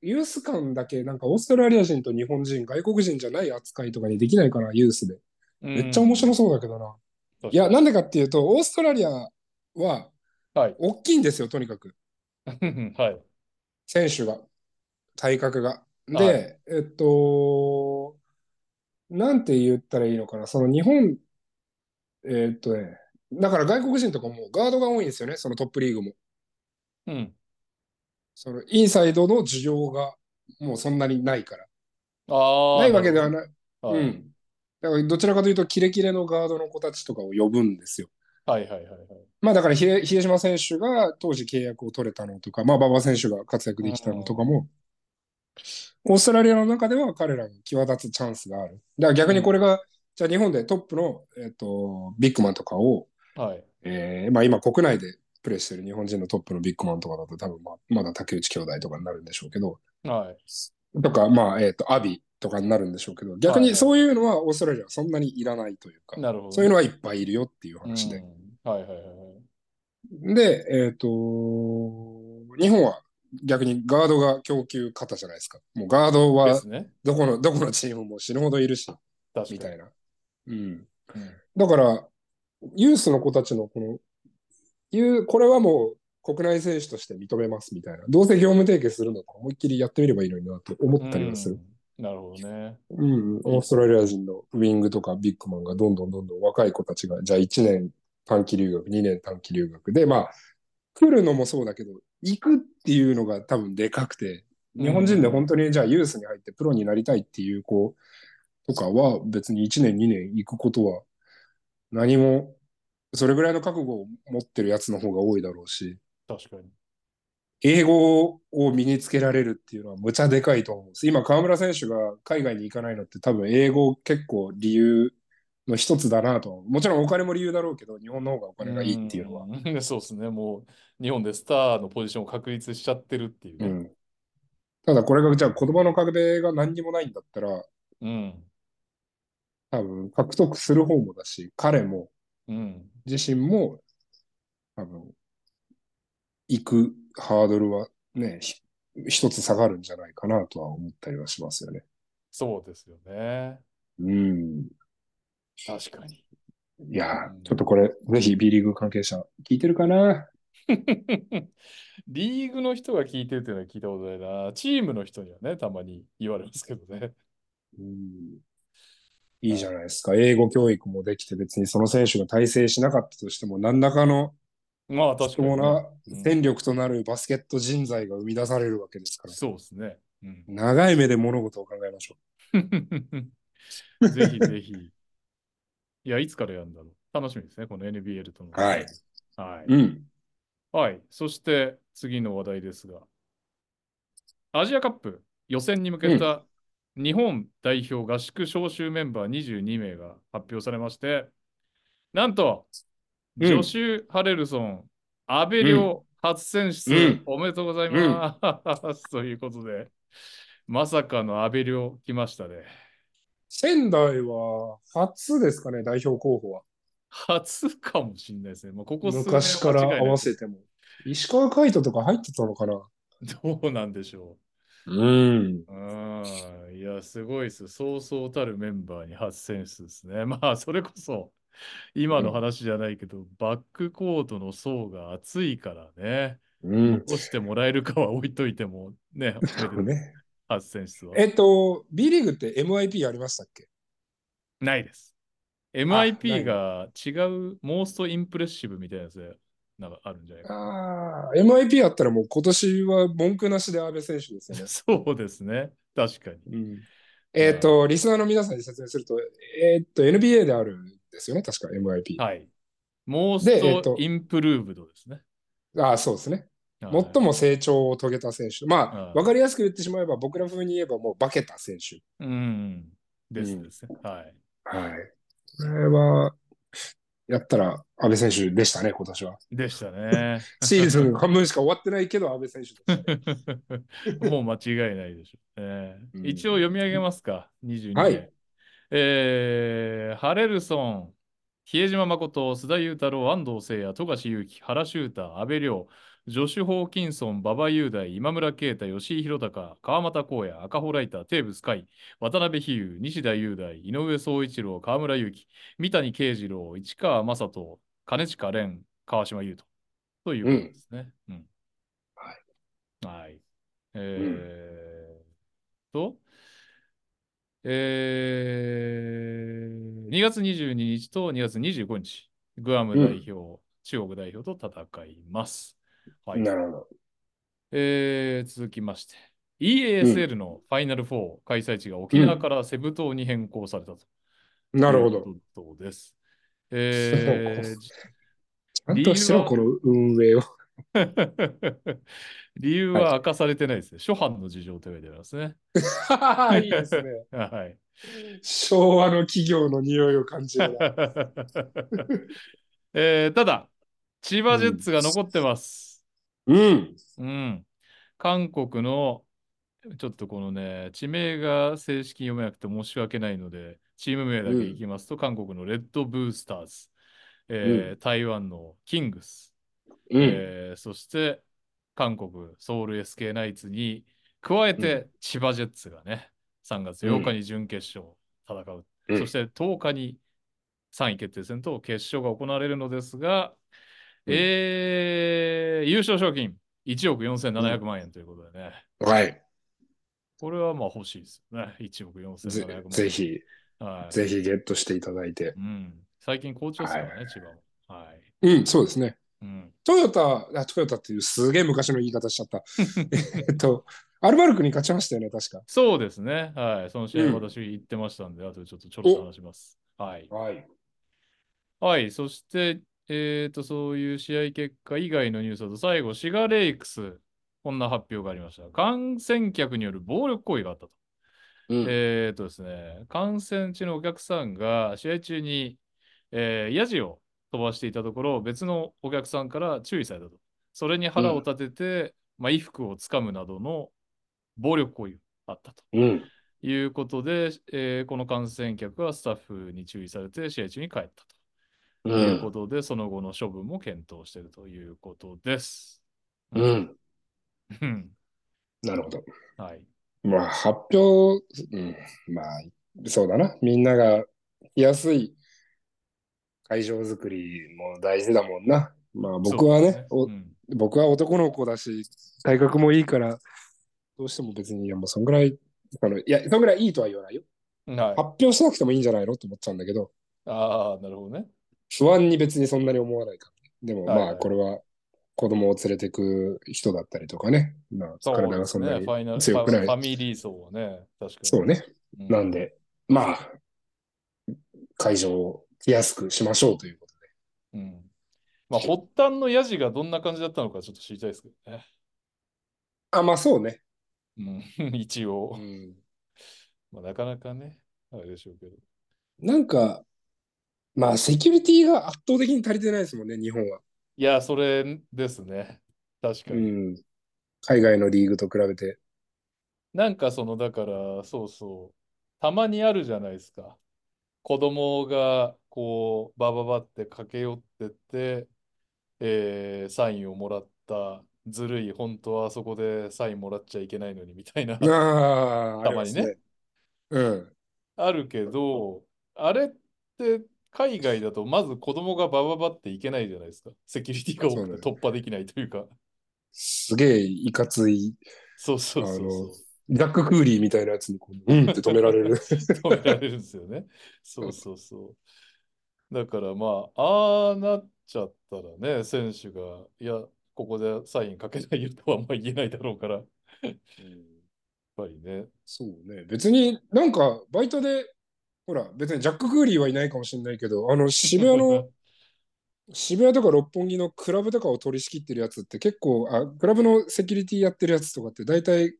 ユース間だけ、なんかオーストラリア人と日本人、外国人じゃない扱いとかにできないかな、ユースで。めっちゃ面白そうだけどな。いや、なんでかっていうと、オーストラリアは、はい大きいんですよ、とにかく。はい。選手が、体格が。で、はえっと、なんて言ったらいいのかな、その日本、えっとね、だから外国人とかもガードが多いんですよね、そのトップリーグも。うん。そのインサイドの需要がもうそんなにないから。ああ。ないわけではない。はうい。ん。だからどちらかというと、キレキレのガードの子たちとかを呼ぶんですよ。はいはいはいはい。まあだから比江、比江島選手が当時契約を取れたのとか、まあ馬場選手が活躍できたのとかも、オーストラリアの中では彼らに際立つチャンスがある。だから逆にこれが、じゃあ日本でトップの、えっと、ビッグマンとかを、はい。えーまあ今国内でプレーしてる日本人のトップのビッグマンとかだと多分まあまだ竹内兄弟とかになるんでしょうけど、はい。とか、まあ、えっ、と、アビとかになるんでしょうけど、逆にそういうのはオーストラリアはそんなにいらないというか、なるほど。そういうのはいっぱいいるよっていう話で。うんはいはいはいはい。で、えっ、と、日本は逆にガードが供給型じゃないですか。もうガードではすね。どこの、どこのチームも死ぬほどいるし、確みかたに。いな。うん。うんだから、ユースの子たちのこの、ユーこれはもう国内選手として認めますみたいな。どうせ業務提携するのと思いっきりやってみればいいのになと思ったりはする。うんなるほどね。うん、オーストラリア人のウィングとかビッグマンがどんどんどんどん若い子たちが、じゃあ1年短期留学、2年短期留学で、まあ、来るのもそうだけど、行くっていうのが多分でかくて、日本人で本当にじゃあユースに入ってプロになりたいっていう子とかは別に1年2年行くことは何も、それぐらいの覚悟を持ってるやつの方が多いだろうし、確かに。英語を身につけられるっていうのはむちゃでかいと思うんです。今、河村選手が海外に行かないのって多分英語結構理由の一つだなと。もちろんお金も理由だろうけど、日本の方がお金がいいっていうのは。ん。 そうですね。もう、日本でスターのポジションを確立しちゃってるっていううね。ん。ただこれがじゃあ言葉の壁が何にもないんだったら、うん。多分獲得する方もだし、彼もうん。自身も多分行くハードルはね、ひ一つ下がるんじゃないかなとは思ったりはしますよね。そうですよね。うん。確か に。いやうんー、ちょっとこれ、ぜひ B リーグ関係者、聞いてるかなリーグの人が聞いてるっていうのは聞いたことないな。チームの人にはね、たまに言われますけどね。うんいいじゃないですか。英語教育もできて、別にその選手が大成しなかったとしても、何らかのまあ、確貴かにね、重なうん戦力となるバスケット人材が生み出されるわけですから、そうですね。うん。長い目で物事を考えましょぜひぜひ。いや、いつからやるんだろう。楽しみですね、この NBL との。はい。はう。い。うん。はい。そして、次の話題ですが、アジアカップ予選に向けた日本代表合宿招集メンバー22名が発表されまして、なんと、うんジョシュ・ハレルソン、阿部亮初選出、うんおめでとうございます。 ということで、まさかの阿部亮来ましたね。仙台は初ですかね、代表候補は。初かもしれないですね。もうここ数年昔から間違いなく合わせても。石川海人とか入ってたのかなどうなんでしょうん。う。うーん。いや、すごいです。そうそうたるメンバーに初選出ですね。 まあ、それこそ、今の話じゃないけど、バックコートの層が厚いからね。うん。落ちてもらえるかは置いといても、 ね、ね。初選出はえ。っと、B リーグって MIP ありましたっけないです。ない MIP が違う、モーストインプレッシブみたいなやつでなんかあるんじゃないかああ、MIP あったらもう今年は文句なしで安倍選手ですよねな。。 そうですね。確かに。えっ、と、リスナーの皆さんに説明すると、えっ、と、NBA であるんですよね、確か MIP。はい。モーでえスっトとインプルーブドですね。ああ、そうですね。はい最も成長を遂げた選手。まうあ、んわかりやすく言ってしまえば、僕ら風に言えばもう化けた選手。うん。ですうんですね。はい。はい。これは、やったら安倍選手でしたね、今年は。でした ね。シーズン半分しか終わってないけど、安倍選手でしたね。もう間違いないでしょうね、うん一応読み上げますか。22名。はいえーハレルソン、比江島誠、須田雄太郎、安藤聖也、富樫勇樹、原修太、阿部亮、ジョシュ・ホーキンソン、馬場雄大、今村啓太、吉井宏隆、川又光也、赤穂ライター、テーブス海、渡辺比喩、西田雄大、井上宗一郎、河村勇輝、三谷慶次郎、市川正人、金近蓮、川島優斗。ということですね。うん。はい。えー、と、えー、2月22日と2月25日、グアム代表、中国代表と戦います。 はい。なるほど。えー続きまして、EASL のファイナル4開催地が沖縄からセブ島に変更されたと。なるほど。。です。えーそうちゃんとしろ、この運 営を。理由は明かされてないですね。初版の事情と言われてますね。いいですね。 はい。昭和の企業の匂いを感じるな。えーただ、千葉ジェッツが残ってます。うん。うん。韓国の、ちょっとこのね、地名が正式に読めなくて申し訳ないので、チーム名だけいきますと、韓国のレッドブースターズ、えー台湾のキングス、うん。えーそして韓国ソウル SK ナイツに加えて千葉ジェッツがね、3月8日に準決勝戦う、うんそして10日に3位決定戦と決勝が行われるのですが、うんえー優勝賞金1億4700万円ということでね、はい。これはまあ欲しいですよね、1億4700ぜ万円。ぜひ、はい、ぜひゲットしていただいて。うん。最近好調ですからね、千葉も。はい。うん、そうですね。うん。トヨタ、あ、トヨタっていうすげえ昔の言い方しちゃ った。えっと、アルバルクに勝ちましたよね、確か。そうですね。はい。その試う合、ん私行ってましたんで、あとでちょっとちょろっと話します。はい。はい。はい。そして、えっ、と、そういう試合結果以外のニュースだと、最後、シガレイクス、こんな発表がありました。観戦客による暴力行為があったと。うん。えっ、とですね、観戦中のお客さんが試合中に、えーヤジを飛ばしていたところ、別のお客さんから注意されたと。それに腹を立てて、まあ、衣服をつかむなどの暴力行為があったと。うん。いうことで、えーこの感染客はスタッフに注意されて試合中に帰ったうというこん。とで、その後の処分も検討しているということです。うん。うんなるほど。 はい。まあ、発表、うん、まあ、そうだな。みんなが来やすい会場作りも大事だもんな。まあ、僕はね、そうおですねうん僕は男の子だし、体格もいいから、どうしても別に、いや、もうそんぐらい、あのいや、そんぐらいいいとは言わないよ。はい発表しなくてもいいんじゃないのと思っちゃうんだけど、ああ、なるほどね。不安に別にそんなに思わないから。でも、はいはいまあ、これは子供を連れてく人だったりとかね。まあ、そう体でがすそんね。なファイナにル強くないファ。ミリー層はね、確かに。そうね。うん。なんで、まあ、会場を来やすくしましょうということうん。まあ、発端のヤジがどんな感じだったのかちょっと知りたいですけどね。で。あ、まあそうね。うん、 一応。ん、まあ、なかなかね、あれでしょうけど。なんか、まあセキュリティが圧倒的に足りてないですもんね、日本は。いや、それですね。確かうに。ん、海外のリーグと比べて。なんかその、だから、そうそう、たまにあるじゃないですか。子供が、こう、バババって駆け寄ってって、えーサインをもらった、ずるい、本当はあそこでサインもらっちゃいけないのに、みたいな、ああ、たまにねありますね。うん。あるけど、あれって、海外だと、まず子供がバババっていけないじゃないですか。セキュリティが多くて突破できないというか。すげえいかつい、そうそうそうそう。ジャック・クーリーみたいなやつにこう、うんって止められる。 止められるんですよね。そうそうそう。だからまあ、ああなっちゃったらね、選手が、いや、ここでサインかけないよとはあんま言えないだろうから、やっぱりね。そうね。別になんか、バイトで、ほら、別にジャック・クーリーはいないかもしれないけど、あの、渋 谷の、渋谷とか六本木のクラブとかを取り仕切ってるやつって結構あクラブのセキュリティやってるやつとかって大体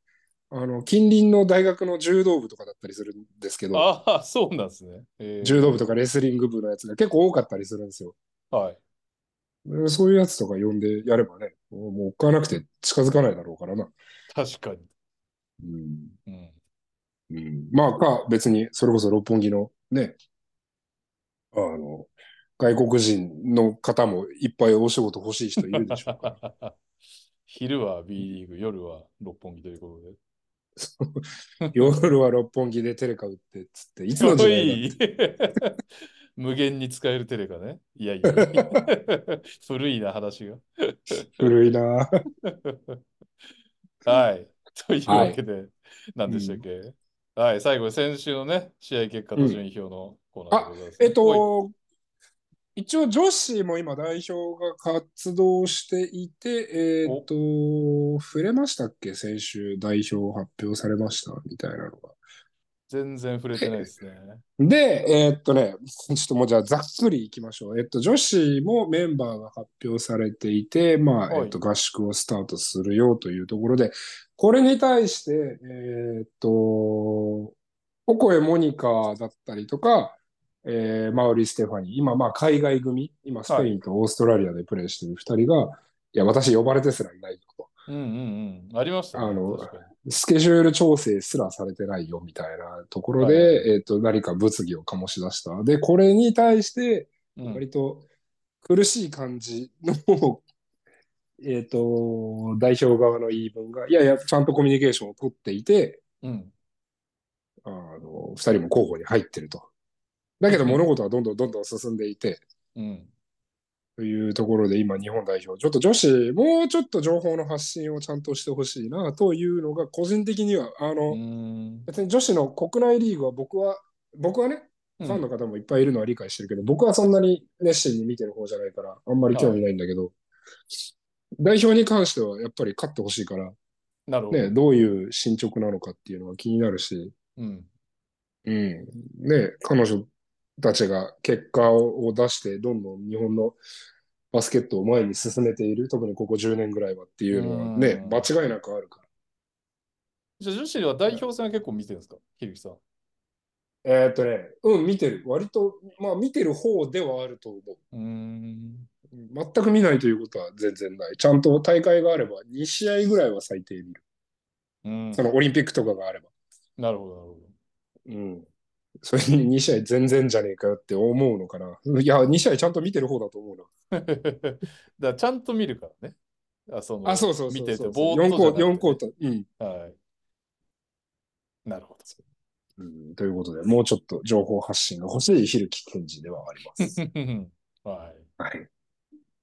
あの近隣の大学の柔道部とかだったりするんですけどあ あ、そうなんですね。えー柔道部とかレスリング部のやつが結構多かったりするんですよはい。うんそういうやつとか呼んでやればねもうもうおっかなくて近づかないだろうからな、確かに。うんうん、うん、まあか別にそれこそ六本木のねあの 外国人の方もいっぱいお仕事欲しい人いるでしょうから昼は B リーグ、夜は六本木ということで。夜は六本木でテレカ売ってっつって、いつすの時ご代だい 無限に使えるテレカね。い やいや、古いな話が。古いな。 はい。というわけで、何でしたっけ、はい、最後、先週のね、試合結果と順位表のコーナーでございます、えっおい、と、一応女子も今代表が活動していて、えっと、触れましたっけ先週代表発表されましたみたいなのが。全然触れてないですね。で、えーっとね、ちょっともうじゃあざっくりいきましょう。えっと、女子もメンバーが発表されていて、まあ、はいえっと、合宿をスタートするよというところで、これに対して、えーっと、オコエモニカだったりとか、えーマウリ・ステファニー、今、まあ、海外組、今、スペインとオーストラリアでプレーしている2人が、い、や、私呼ばれてすらいないよと。うんうんうん。ありましたね。あの確かにスケジュール調整すらされてないよみたいなところで、はいえっと、何か物議を醸し出した。で、これに対して、うん割と苦しい感じの、 えっと、代表側の言い分が、いやいや、ちゃんとコミュニケーションを取っていて、うん。あの、二人も候補に入ってると。だけど物事はどんどんどんどん進んでいて、うん。というところで今日本代表、ちょっと女子、もうちょっと情報の発信をちゃんとしてほしいなというのが、個人的には、あの、うん。別に女子の国内リーグは僕は、僕はね、ファンの方もいっぱいいるのは理解してるけど、僕はそんなに熱心に見てる方じゃないから、あんまり興味ないんだけど、代表に関してはやっぱり勝ってほしいから、なるほど。ね、どういう進捗なのかっていうのは気になるし、うん。うん、ね、彼女たちが結果を出して、どんどん日本のバスケットを前に進めている、特にここ10年ぐらいはっていうのはねう、ん間違いなくあるから。じゃあ女子は代表戦は結構見てるんですかひるきさん。えーっとね、うん、見てる。割と、まあ見てる方ではあると思う。うん。全く見ないということは全然ない。ちゃんと大会があれば、2試合ぐらいは最低見る。うん。そのオリンピックとかがあれば。なるほど、なるほど。うん。それに2試合全然じゃねえかよって思うのかな。いや、2試合ちゃんと見てる方だと思う な。だからちゃんと見るからね。あ、そのあ、そうそうそうそ見う。てて、ぼーっ4とじコゃなくート、てね4コート。うん。はい。なるほど。うんということで、もうちょっと情報発信が欲しいひるきくんじではあります。ははい。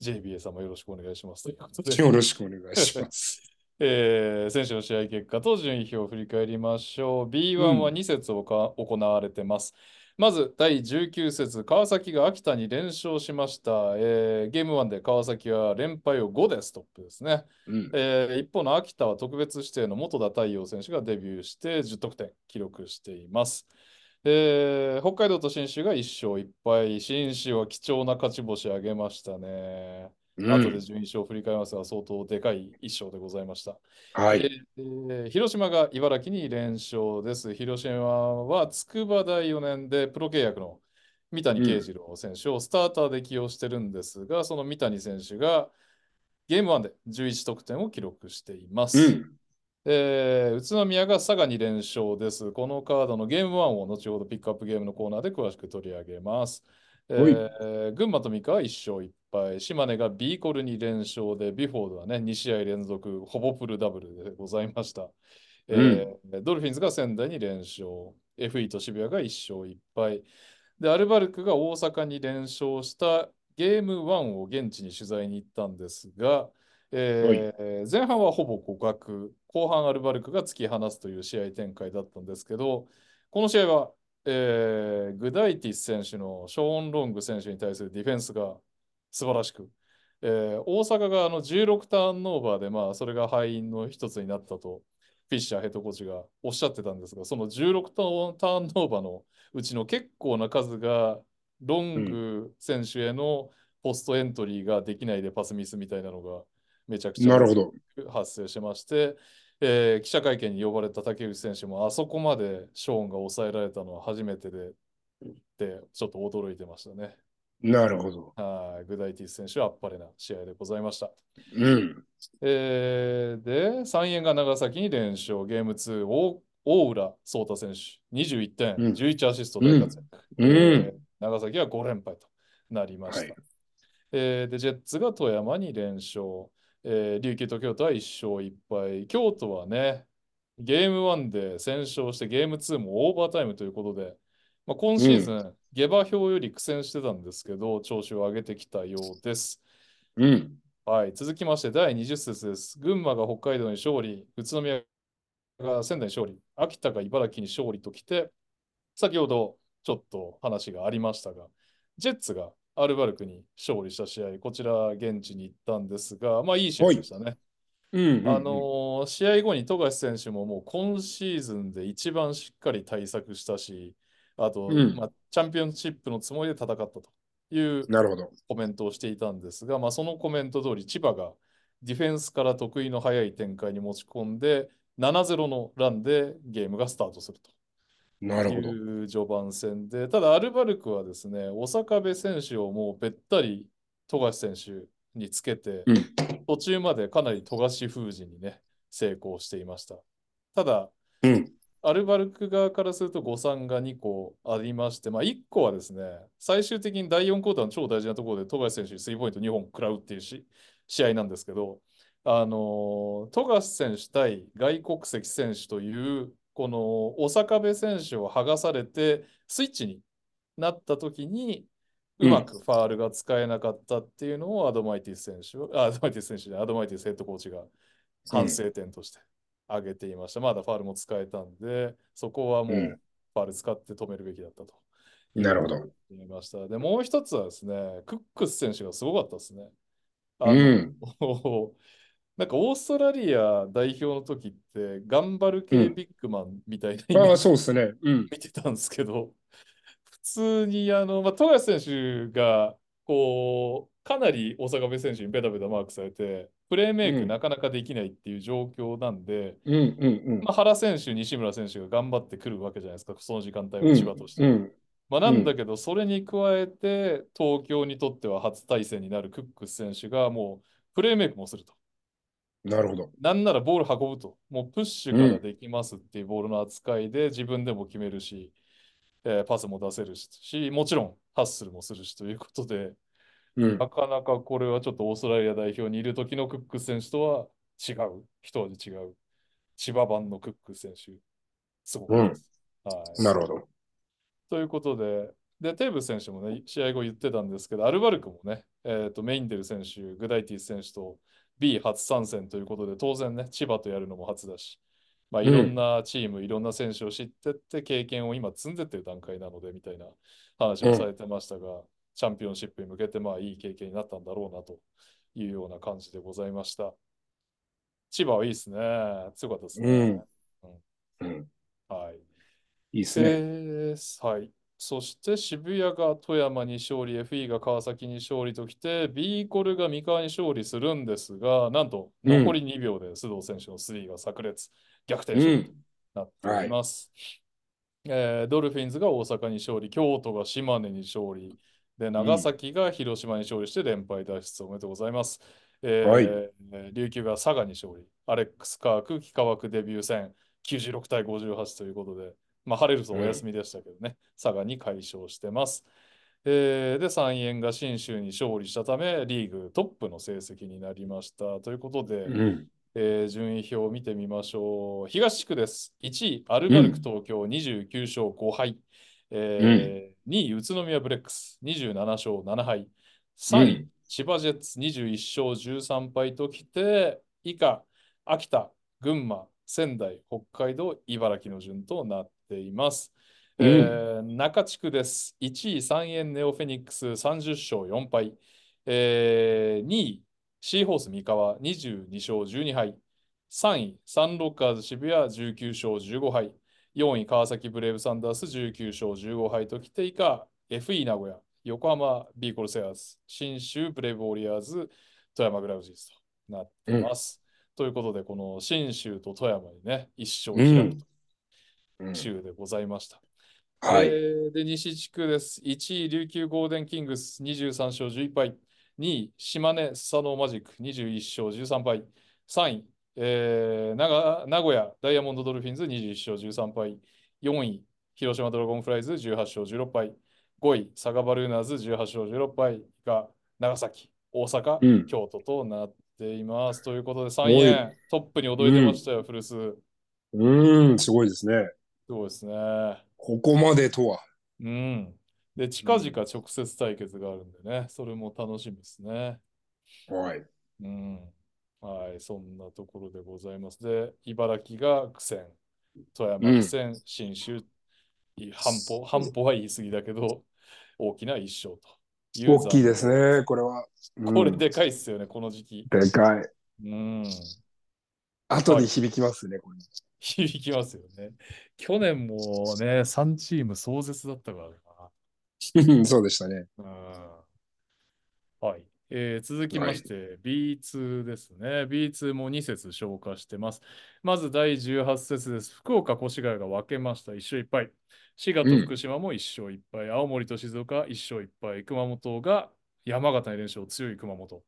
い。JBA さんもよろしくお願いします。ということで、よろしくお願いします。えー選手の試合結果と順位表を振り返りましょう。B1 うんは2節をか行われてます。まず第19節、川崎が秋田に連勝しました。えーゲーム1で川崎は連敗を5でストップですね。うん。えー一方の秋田は特別指定の元田太陽選手がデビューして10得点記録しています。えー北海道と信州が1勝1敗、信州は貴重な勝ち星を挙げましたね。うん後で順位表を振り返りますが、相当でかい1勝でございました。はい。えー広島が茨城に連勝です。広島は筑波大4年でプロ契約の三谷慶次郎選手をスターターで起用してるんですが、その三谷選手がゲーム1で11得点を記録しています。うん。えー宇都宮が佐賀に連勝です。このカードのゲーム1を後ほどピックアップゲームのコーナーで詳しく取り上げます。えはいー群馬と三河は1勝1敗、島根がビーコルに連勝で、ビュフォードはね、2試合連続、ほぼフルダブルでございました。えードルフィンズが仙台に連勝、FE と渋谷が1勝1敗、で、アルバルクが大阪に連勝したゲーム1を現地に取材に行ったんですが、えー前半はほぼ互角、後半アルバルクが突き放すという試合展開だったんですけど、この試合は、えーグダイティス選手のショーン・ロング選手に対するディフェンスが素晴らしく、えー大阪があの16ターンオーバーで、まあ、それが敗因の一つになったと、フィッシャーヘッドコーチがおっしゃってたんですが、その16ターンターンオーバーのうちの結構な数が、ロング選手へのポストエントリーができないでパスミスみたいなのがめちゃくちゃなるほど。発生しまして、えー記者会見に呼ばれた竹内選手もあそこまでショーンが抑えられたのは初めてでってちょっと驚いてましたね。なるほど。はい、グダイティス選手はあっぱれな試合でございました。うん。えーで、三円が長崎に連勝、ゲーム2、大大浦颯太選手、21点、うん11アシスト大活躍。えうん。ー長崎は5連敗となりました。はいえーで、ジェッツが富山に連勝。えー琉球と京都は1勝1敗。京都はね、ゲーム1で先勝してゲーム2もオーバータイムということで、まあ、今シーズン、下馬評より苦戦してたんですけど、調子を上げてきたようです。うん。はい、続きまして第20節です。群馬が北海道に勝利、宇都宮が仙台に勝利、秋田が茨城に勝利ときて、先ほどちょっと話がありましたが、ジェッツがアルバルクに勝利した試合、こちら現地に行ったんですが、まあいい試合でしたね。うん。あのー試合後に富樫選手ももう今シーズンで一番しっかり対策したし、あと、うんまあ、チャンピオンシップのつもりで戦ったというなるほど。コメントをしていたんですが、まあ、そのコメント通り、千葉がディフェンスから得意の速い展開に持ち込んで、7-0のランでゲームがスタートするなとるほど。いう序盤戦で、ただアルバルクはですね、小坂部選手をもうべったり富樫選手につけて、うん途中までかなり富樫封じにね、成功していました。ただ、うん。アルバルク側からすると誤算が2個ありまして、まあ、1個はですね、最終的に第4クォーターの超大事なところで、富樫選手にスリーポイント2本食らうっていうし試合なんですけど、あのー富樫選手対外国籍選手という、この小坂部選手を剥がされて、スイッチになった時に、ううんまくファールが使えなかったっていうのをアドマイティス選手は、あアドマイティス選手で、アドマイティスヘッドコーチが反省点として挙げていました。まだファールも使えたんで、そこはもううんファール使って止めるべきだったとなるほど。言いました。で、もう一つはですね、クックス選手がすごかったですね。あうのん。 なんかオーストラリア代表の時って、頑張る系うんビッグマンみたいなイメージああ、そうですね。うん。見てたんですけど、普通にあの、まあ、富樫選手がこうかなり大阪部選手にベタベタマークされて、プレーメイうクんなかなかできないっていう状況なんで、うんうんまあ、原選手、西村選手が頑張ってくるわけじゃないですか、その時間帯うはん。千葉として。うん。まあ、なんだけど、それに加えて、東京にとっては初対戦になるクックス選手がもうプレーメイクもすると。なるほど。なんならボール運ぶと、もうプッシュからできますっていうボールの扱いで自分でも決めるし、えーパスも出せるし、もちろんハッスルもするしということで、うん。なかなかこれはちょっとオーストラリア代表にいる時のクックス選手とは違う、一味違う、千葉版のクックス選手、すごいです。はいなるほど。ということで、で、テーブス選手もね、試合後言ってたんですけど、アルバルクもね、えーと、メインデル選手、グダイティス選手と B 初参戦ということで、当然ね、千葉とやるのも初だし、まあ、うんいろんなチーム、いろんな選手を知ってって、経験を今積んでってる段階なので、みたいな話をされてましたが、チャンピオンシップに向けて、まあ、いい経験になったんだろうなというような感じでございました。千葉はいいですね。強かったですね。うん。はい。いいですね。ですはい。そして渋谷が富山に勝利、FE が川崎に勝利ときて、B コルが三河に勝利するんですが、なんとうん残り2秒で須藤選手の3が炸裂、逆転う勝利ん。となっております。えードルフィンズが大阪に勝利、京都が島根に勝利、で長崎が広島に勝利して連敗脱出おめでとうございます。えーはいえー琉球が佐賀に勝利、アレックス・カーク、幾川区デビュー戦、96対58ということで、まあ、晴れるとお休みでしたけどね、佐賀に快勝してます。えーで、三円が信州に勝利したため、リーグトップの成績になりました。ということで、うん。えー順位表を見てみましょう。東地区です。1位、アルバルク東京29勝5敗。えー2位、宇都宮ブレックス27勝7敗。3位、う千葉ジェッツ21勝13敗ときて、以下、秋田、群馬、仙台、北海道、茨城の順となっています。うんえー中地区です。1位、三円ネオフェニックス30勝4敗。えー2位、シーホース三河22勝12敗。3位、サンロッカーズ渋谷19勝15敗。4位、川崎ブレイブサンダース19勝15敗ときて以下、FE 名古屋、横浜 B コルセアーズ、新州ブレイブウォリアーズ、富山グラウジーズとなってます。ということで、この新州と富山にね、一勝一敗うんと州でございました。はい。えーで、西地区です。1位、琉球ゴールデンキングス23勝11敗。2位、島根スサノーマジック21勝13敗。3位、えー長名古屋ダイヤモンドドルフィンズ21勝13敗。4位、広島ドラゴンフライズ18勝16敗。5位、サガバルーナーズ18勝16敗が長崎、大阪、うん京都となってています。ということで3おい円、トップに躍り出ましたよ、古巣。すうーん、すごいですね。ごいですね。ここまでとは。うん。で、近々直接対決があるんでね、それも楽しみですね。はい。うん。はい、そんなところでございます。で、茨城が苦戦、富山苦戦、信州、い半歩、半歩は言い過ぎだけど、大きな一勝という。大きいです。ね、これは。うんこれでかいっすよね、この時期。でかい。うん。 後に響きますね、これ。響きますよね。去年もね、3チーム壮絶だったからな。うんそうでしたね。うんはい。えー続きまして、B2 ですね。B2 も2節消化してます。まず第18節です。福岡、越谷が分けました。1勝1敗。滋賀とうん福島も1勝1敗。青森と静岡1勝1敗。熊本が山形に連勝強い熊本。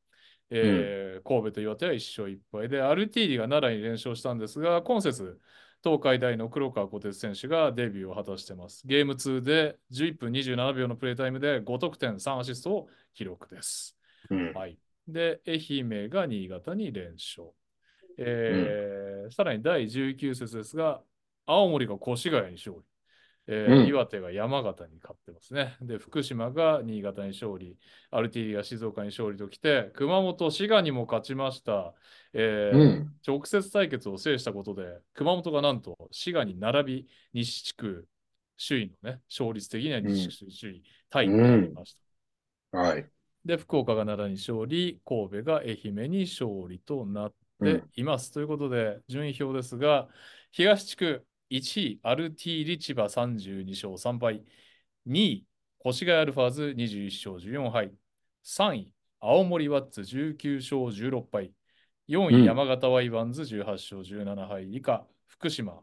えー神戸と岩手は1勝1敗で、アルティーリが奈良に連勝したんですが、今節、東海大の黒川小鉄選手がデビューを果たしてます。ゲーム2で11分27秒のプレイタイムで5得点3アシストを記録です。うんはい。で、愛媛が新潟に連勝。えーさらに第19節ですが、青森が越谷に勝利。えーうん岩手が山形に勝ってますね。で、福島が新潟に勝利、アルティーリが静岡に勝利ときて、熊本、滋賀にも勝ちました。えーうん。直接対決を制したことで、熊本がなんと滋賀に並び、西地区首位のね、勝率的には西地区首位、タイになりました。はい。で、福岡が奈良に勝利、神戸が愛媛に勝利となっています。ということで、順位表ですが、東地区1位、アルティーリ千葉32勝3敗、2位、越谷アルファーズ21勝14敗、3位、青森ワッツ19勝16敗、4位、うん山形ワイワンズ18勝17敗以下、福島、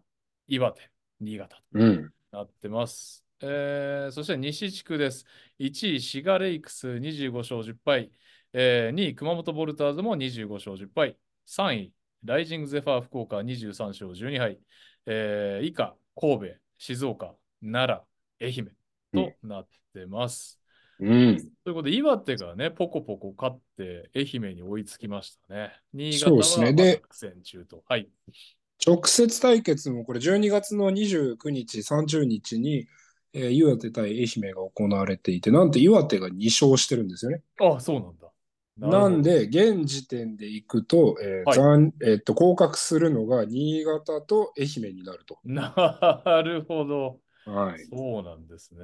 岩手、新潟とうん。なってます。えーそして西地区です。1位、シガレイクス25勝10敗。えー2位、熊本ボルターズも25勝10敗。3位、ライジングゼファー福岡23勝12敗。えー以下、神戸、静岡、奈良、愛媛となってます。うん。ということで、岩手がね、ポコポコ勝って愛媛に追いつきましたね。新潟そうはですねまだで苦戦中と。はい。直接対決もこれ12月の29日、30日に、えー岩手対愛媛が行われていて、なんと岩手が2勝してるんですよね。あ、そうなんだ。るほどなん、で、現時点でいくと、えーはい残えっと降格するのが新潟と愛媛になると。なるほど。はい。そうなんですね。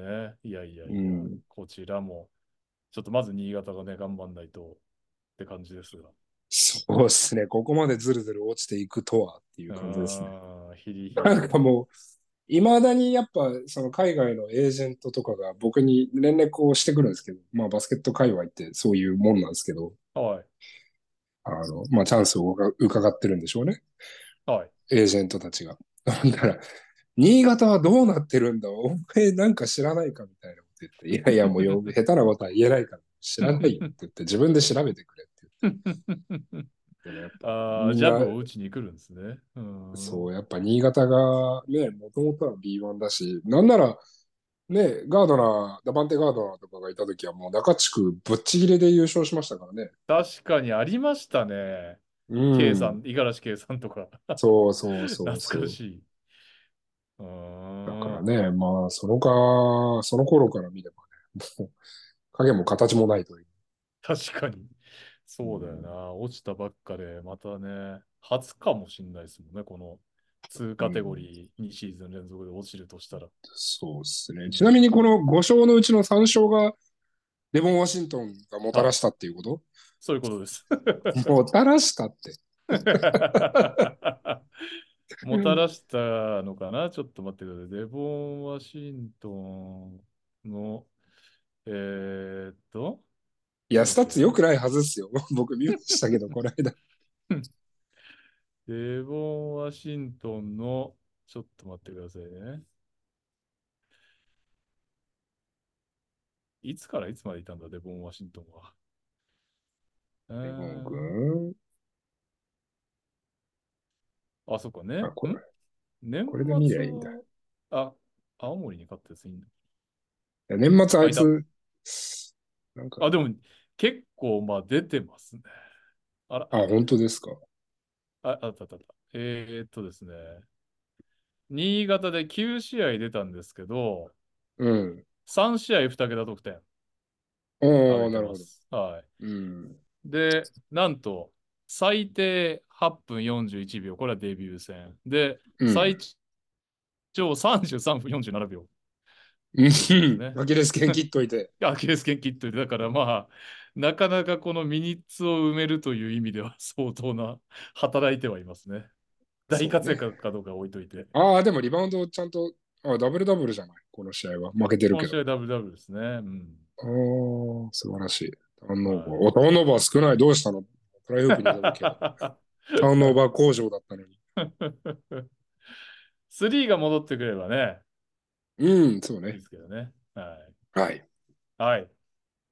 いやいやいや、うんこちらも、ちょっとまず新潟がね、頑張んないとって感じですが。そうですね。ここまでずるずる落ちていくとはっていう感じですね。あーヒリヒ リ。なんかもう、いまだにやっぱ、その海外のエージェントとかが僕に連絡をしてくるんですけど、まあバスケット界隈ってそういうもんなんですけど、はい。あの、まあチャンスをうか伺ってるんでしょうね。はい。エージェントたちが。 なんだら、新潟はどうなってるんだお前なんか知らないかみたいなこと言って、いやいやもうよ下手なことは言えないから、知らないよって言って、自分で調べてくれって言ってね。ああ、ジャブを打ちに来るんですね。うん、そう、やっぱ新潟がね、もともとは B1 だし、なんなら、ね、ガードナー、ダバンテガードナーとかがいた時はもう中地区ぶっちぎれで優勝しましたからね。確かにありましたね。うん。 K さん、五十嵐 K さんとか。そうそうそうそう。懐かしい。うーんだからね、まあ、そのか、その頃から見ればね、もう影も形もないという。確かに。そうだよな。落ちたばっかで、またね、初かもしんないですもんね。この2カテゴリー2シーズン連続で落ちるとしたら。そうですね。ちなみにこの5勝のうちの3勝が、レボン・ワシントンがもたらしたってい うことそういうこと です。もたらしたって。もたらしたのかなちょっと待ってください。デボン・ワシントンの、えー、っと、いや、スタッツ良くないはず ですよ。僕見ましたけど、この間。デボン・ワシントンの、ちょっと待ってくださいね。いつからいつまでいたんだ、デボン・ワシントンは。レモンえー君あ、そっかね。あこれん年これで見りゃいい末んだはあ、青森に勝ったやついいんだ。年末あいつ、なんか、あ、でも結構まあ出てますね。あら、あ、本当ですか。あ、あったあったあった。えーっとですね。新潟で9試合出たんですけど、うん。 3試合2桁得点挙おげー、なてるまほど。す。はい。うん。で、なんと、最低8分41秒。これはデビュー戦。で、うん。最長33分47秒。 うん。アキレス腱切っといて。アキレス腱切っといて、だからまあ、なかなかこのミニッツを埋めるという意味では相当な 働いてはいますね。大活躍かどうかは置いといて。ああ、でもリバウンドちゃんと、あダブルダブルじゃない。この試合は。負けてる今け試合ど。ダブルダブルですね。うん。ああ、素晴らしい。ターンオーバー。はおターンオーバー少ない。どうしたのプライオフに出 たけど。ターンオーバー工場だったのに。スリーが戻ってくればね、うん、そういいねで。すけどね。ははい。い。はい。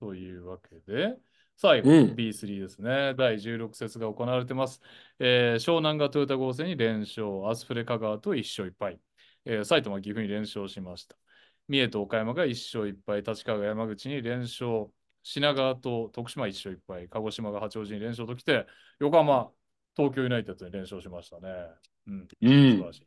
というわけで、最後、うん B3 ですね。第16節が行われてます。えー湘南がトヨタ合戦に連勝、アスフレ香川と1勝1敗。えー埼玉、岐阜に連勝しました。三重と岡山が1勝1敗、立川が山口に連勝、品川と徳島1勝1敗、鹿児島が八王子に連勝ときて、横浜、東京ユナイテッドに連勝しましたね。うん。う素晴んら。しい。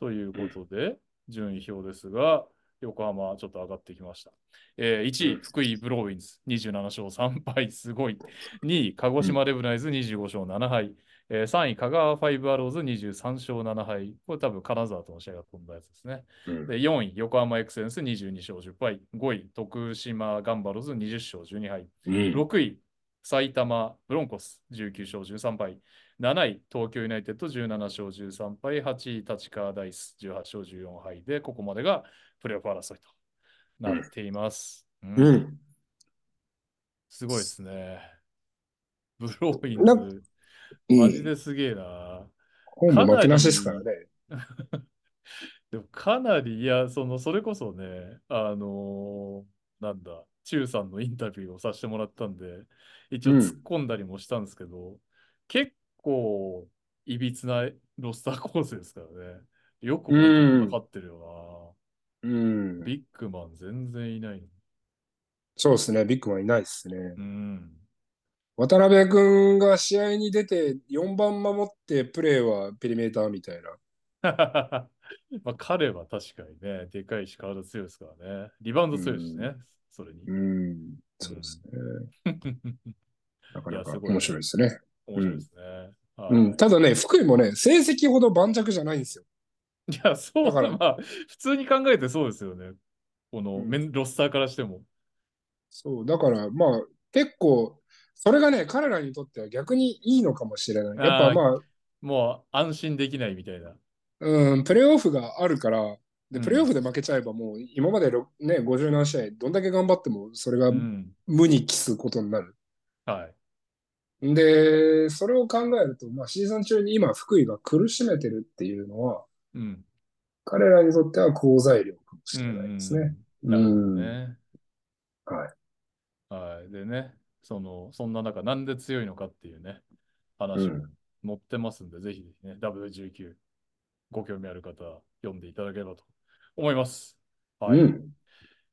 ということで、順位表ですが、横浜ちょっと上がってきました。えー1う位、ん福井ブローウィンズ、27勝3敗、すごい。2位、鹿児島レブナイズ、25勝7敗。えー3位、香川ファイブアローズ、23勝7敗。これ多分金沢との試合が飛んだやつですね。うんで4位、横浜エクセレンス、22勝10敗。5位、徳島ガンバローズ、20勝12敗。うん。 6位、埼玉ブロンコス、19勝13敗。7位、東京ユナイテッド、17勝13敗。8位、立川ダイス、18勝14敗で、ここまでがプレーオフ争いとなっています。うんうん。すごいですね。ブローイなンズ、マジですげえな。本も負けなしですからね。 でもかなり、いや、その、それこそね、あのーなんだ、中さんのインタビューをさせてもらったんで、一応うん突っ込んだりもしたんですけど、結構、いびつなロスター構成ですからね。よくこんな勝ってるような。ん。ビッグマン全然いないの。そうですね。ビッグマンいないですね。うん。 渡辺君が試合に出て4番守ってプレーはペリメーターみたいな。まあ彼は確かにね、でかいし体強いですからね。リバウンド強いしね、うそれに。うん。そうですね。なかないやかすごい面白いですね。面白いですね。はいうん。ただね、福井もね、成績ほど盤石じゃないんですよ。 いや、そうだからまあ、普通に考えてそうですよね。この、うんメンロスターからしても。そう。だから、まあ、結構、それがね、彼らにとっては逆にいいのかもしれない。やっあーぱまあ、もう安心できないみたいな。うん、プレーオフがあるから、うで、んプレーオフで負けちゃえばもう今までろね、50何試合、どんだけ頑張ってもそれがうん。無に帰すことになる。はい。で、それを考えると、まあシーズン中に今福井が苦しめてるっていうのは、うん。彼らにとっては好材料かもしれないですね。うん。なるほどうんね。はい。はい。でね、その、そんな中、なんで強いのかっていうね、話も載ってますんで、ぜひね、W19、ご興味ある方、読んでいただければと思います。はい。うん。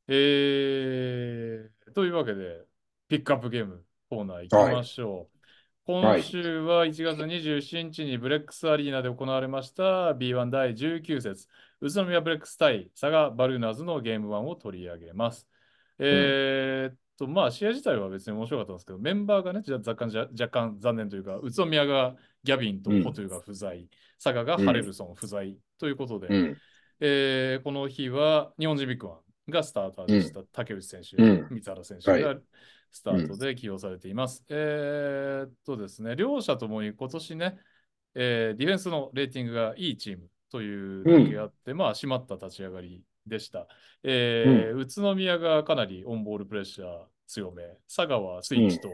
えー、というわけで、ピックアップゲームコーナー行きましょう。はい今週は1月27日にブレックスアリーナで行われました B1 第19節、宇都宮ブレックス対佐賀バルーナーズのゲーム1を取り上げます。えーっと、まあ、試合自体は別に面白かったんですけど、メンバーがね、じゃ若干じゃ若干残念というか、宇都宮がギャビンとうんホトゥが不在、佐賀がハレルソン不在ということで、うん。えーこの日は日本人ビッグワンがスターターでした。竹内選手、うん三原選手はがスタートで起用されています。えーっとですね、両者ともに今年ね、えーディフェンスのレーティングがいいチームというだけあって、まあ、締まった立ち上がりでした。えー宇都宮がかなりオンボールプレッシャー強め、佐賀はスイッチと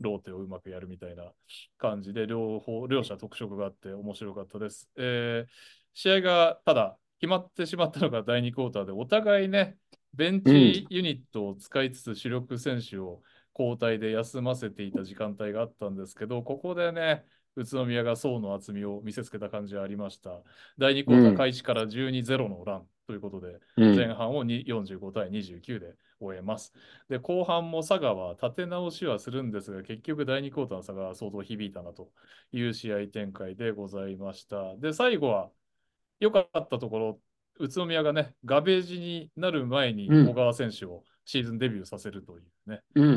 ローテをうまくやるみたいな感じで、両方、両者特色があって面白かったです。えー試合がただ決まってしまったのが第2クォーターで、お互いね、ベンチユニットを使いつつ主力選手を交代で休ませていた時間帯があったんですけど、ここでね、宇都宮が層の厚みを見せつけた感じはありました。第2クォーター開始から12-0のランということで、うん。前半をに45対29で終えます。で、後半も佐賀は立て直しはするんですが、結局第2クォーターの差が相当響いたなという試合展開でございました。で、最後は良かったところ、宇都宮がね、ガベージになる前にうん小川選手をシーズンデビューさせるというね、うんう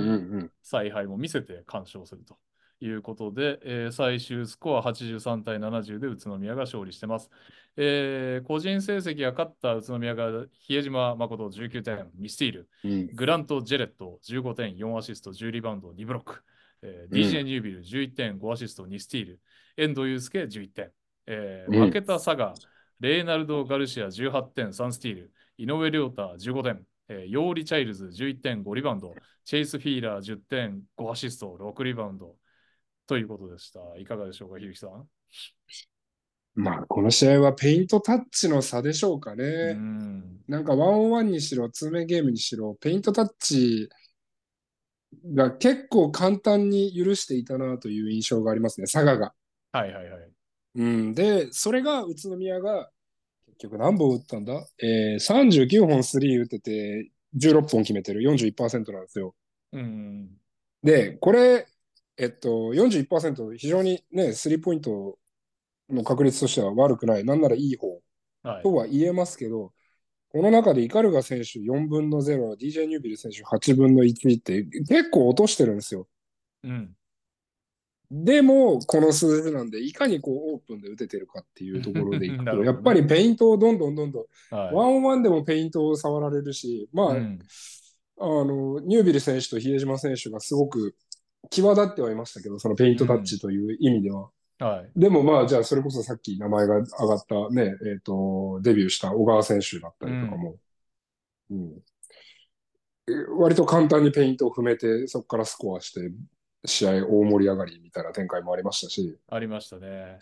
ん采配も見せて完勝するということで、えー最終スコア83対70で宇都宮が勝利してます。えー個人成績が勝った宇都宮が比江島誠19点、ミスティール、うん。うん。グラント・ジェレット15点、4アシスト、10リバウンド、2ブロック。えーうん DJ ニュービル11点、5アシスト、2スティール。遠藤祐介11点。えーうん負けた佐賀、レイナルド・ガルシア18点、3スティール。井上亮太15点。えーヨーリ・チャイルズ11点、5リバウンド。チェイス・フィーラー10点、5アシスト、6リバウンド。ということでした。いかがでしょうか、ひるきさん。まあ、この試合はペイントタッチの差でしょうかね。うん。なんかワンオンワンにしろ、ツーメンゲームにしろ、ペイントタッチが結構簡単に許していたなという印象がありますね、佐賀が。はいはいはい。うん、で、それが宇都宮が結局何本打ったんだ、えー、?39 本スリー打ってて、16本決めてる、41%なんですよ。うん。で、これ、えっと、41%、非常にね、スリーポイントの確率としては悪くない、なんならいい方。はいと。は言えますけど、この中でイカルガ選手4分の0、DJ ニュービル選手8分の1って結構落としてるんですよ。うん。でも、この数字なんで、いかにこうオープンで打ててるかっていうところでいく なると、ほどねやっぱりペイントをどんどんどんどん、はい。ワンオンワンでもペイントを触られるし、まあ、うんあの、ニュービル選手と比江島選手がすごく際立ってはいましたけど、そのペイントタッチという意味では。はい。でもまあ、じゃあ、それこそさっき名前が上がったね、えっと、デビューした小川選手だったりとかも、うん。え割と簡単にペイントを踏めて、そこからスコアして、試合大盛り上がりみたいな展開もありましたし、ありましたね。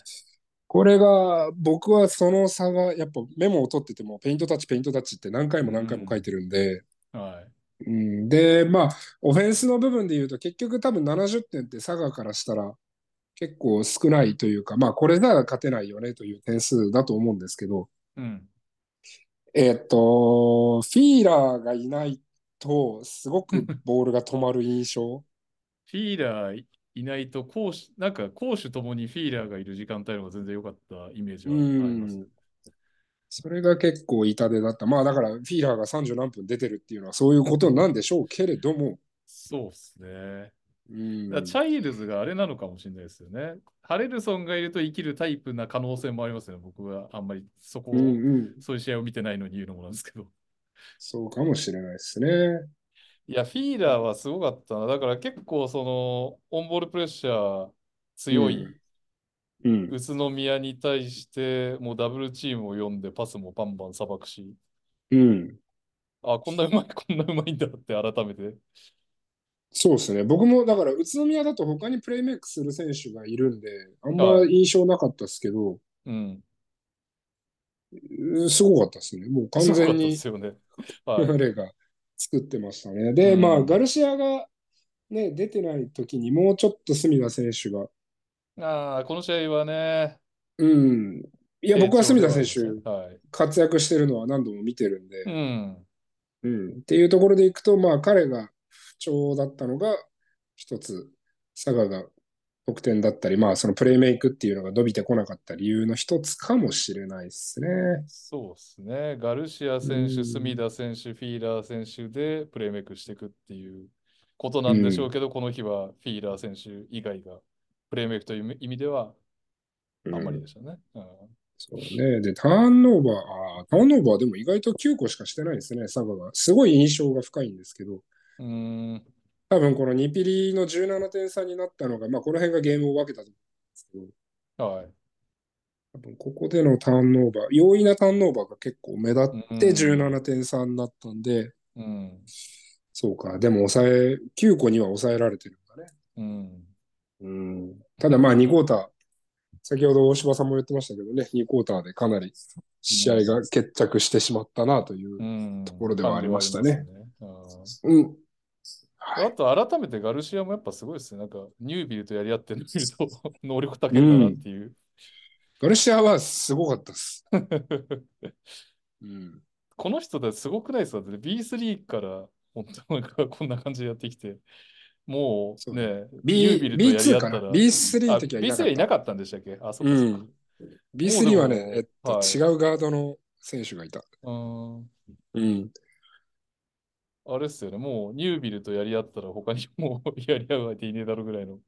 これが、僕はその差が、やっぱメモを取ってても、ペイントタッチ、ペイントタッチって何回も何回も書いてるんで、はい。うん、で、まあ、オフェンスの部分で言うと、結局多分70点って佐賀からしたら結構少ないというか、まあ、これなら勝てないよねという点数だと思うんですけど、うん。えっと、フィーラーがいないと、す ごくボールが止まる印象。フィーラーいないと攻守、なんか攻守ともにフィーラーがいる時間帯の方が全然良かったイメージはあります。うんそれが結構痛手だった。まあ、だから、フィーラーが30何分出てるっていうのはそういうことなんでしょうけれども、そうですね。うんだからチャイルズがあれなのかもしれないですよね。ハレルソンがいると生きるタイプな可能性もありますよね。僕はあんまりそこを、うんうん、そういう試合を見てないのに言うのもなんですけど。そうかもしれないですね。いや、フィーラーはすごかったな。だから結構その、オンボールプレッシャー強いうん。宇都宮に対して、もうダブルチームを読んでパスもバンバンさばくし、うん。あ、こんなうまい、 こんなうまいんだって改めて。そうですね。僕もだから宇都宮だと他にプレイメイクする選手がいるんで、あんま印象なかったですけど、うん。うんすごかったですね。もう完すごか全ったでにすよね。 はい。彼が作ってましたね。で、うんまあ、ガルシアが、ね、出てない時にもうちょっと隅田選手が、ああ、この試合はね。うん、いや、僕は隅田選手はい。活躍してるのは何度も見てるんでう、ん。うん、っていうところでいくと、まあ、彼が不調だったのが、一つ、佐賀が得点だったり、まあ、そのプレイメイクっていうのが伸びてこなかった理由の一つかもしれないですね。そうですね。ガルシア選う手、ん隅田選手、フィーラー選手でプレーメイクしていくっていうことなんでしょうけど、この日はフィーラー選手以外がプレーメイクという意味ではあんまりうんでしたね。うそうね。で、ターンオーバー、あーターンオーバーでも意外と9個しかしてないですね、佐賀が。すごい印象が深いんですけど、ん。うーん。多分この2ピリの17点差になったのが、まあ、この辺がゲームを分けたと思うんですけど、はい。多分ここでのターンオーバー、容易なターンオーバーが結構目立って17点差になったんで、うん。そうか、でも抑え、9個には抑えられてるんだね。うん。うん、ただまあ2クォーター、先ほど大柴さんも言ってましたけどね、2クォーターでかなり試合が決着してしまったなというう。ん。ところではありましたね感じはありますよね。うんうん。あと改めてガルシアもやっぱすごいですね。なんかニュービルとやり合ってるの見ると能力高いんだなっていう。ガルシアはすごかったです。うん。 この人だってすごくないですかだって ?B3 から本当なんかこんな感じでやってきて、もそううね、ニュービ B、ルとやり合 B2 ったからな。B3 あの時はいなか B3 いっなかったんでしたっけあ、そた。っかうそっかん。B3 はもうでねも、えっと、はい違うガードの選手がいた。うんうん。あれっすよね、もうニュービルとやり合ったら他にもうやり合う相手いねえだろぐらいの、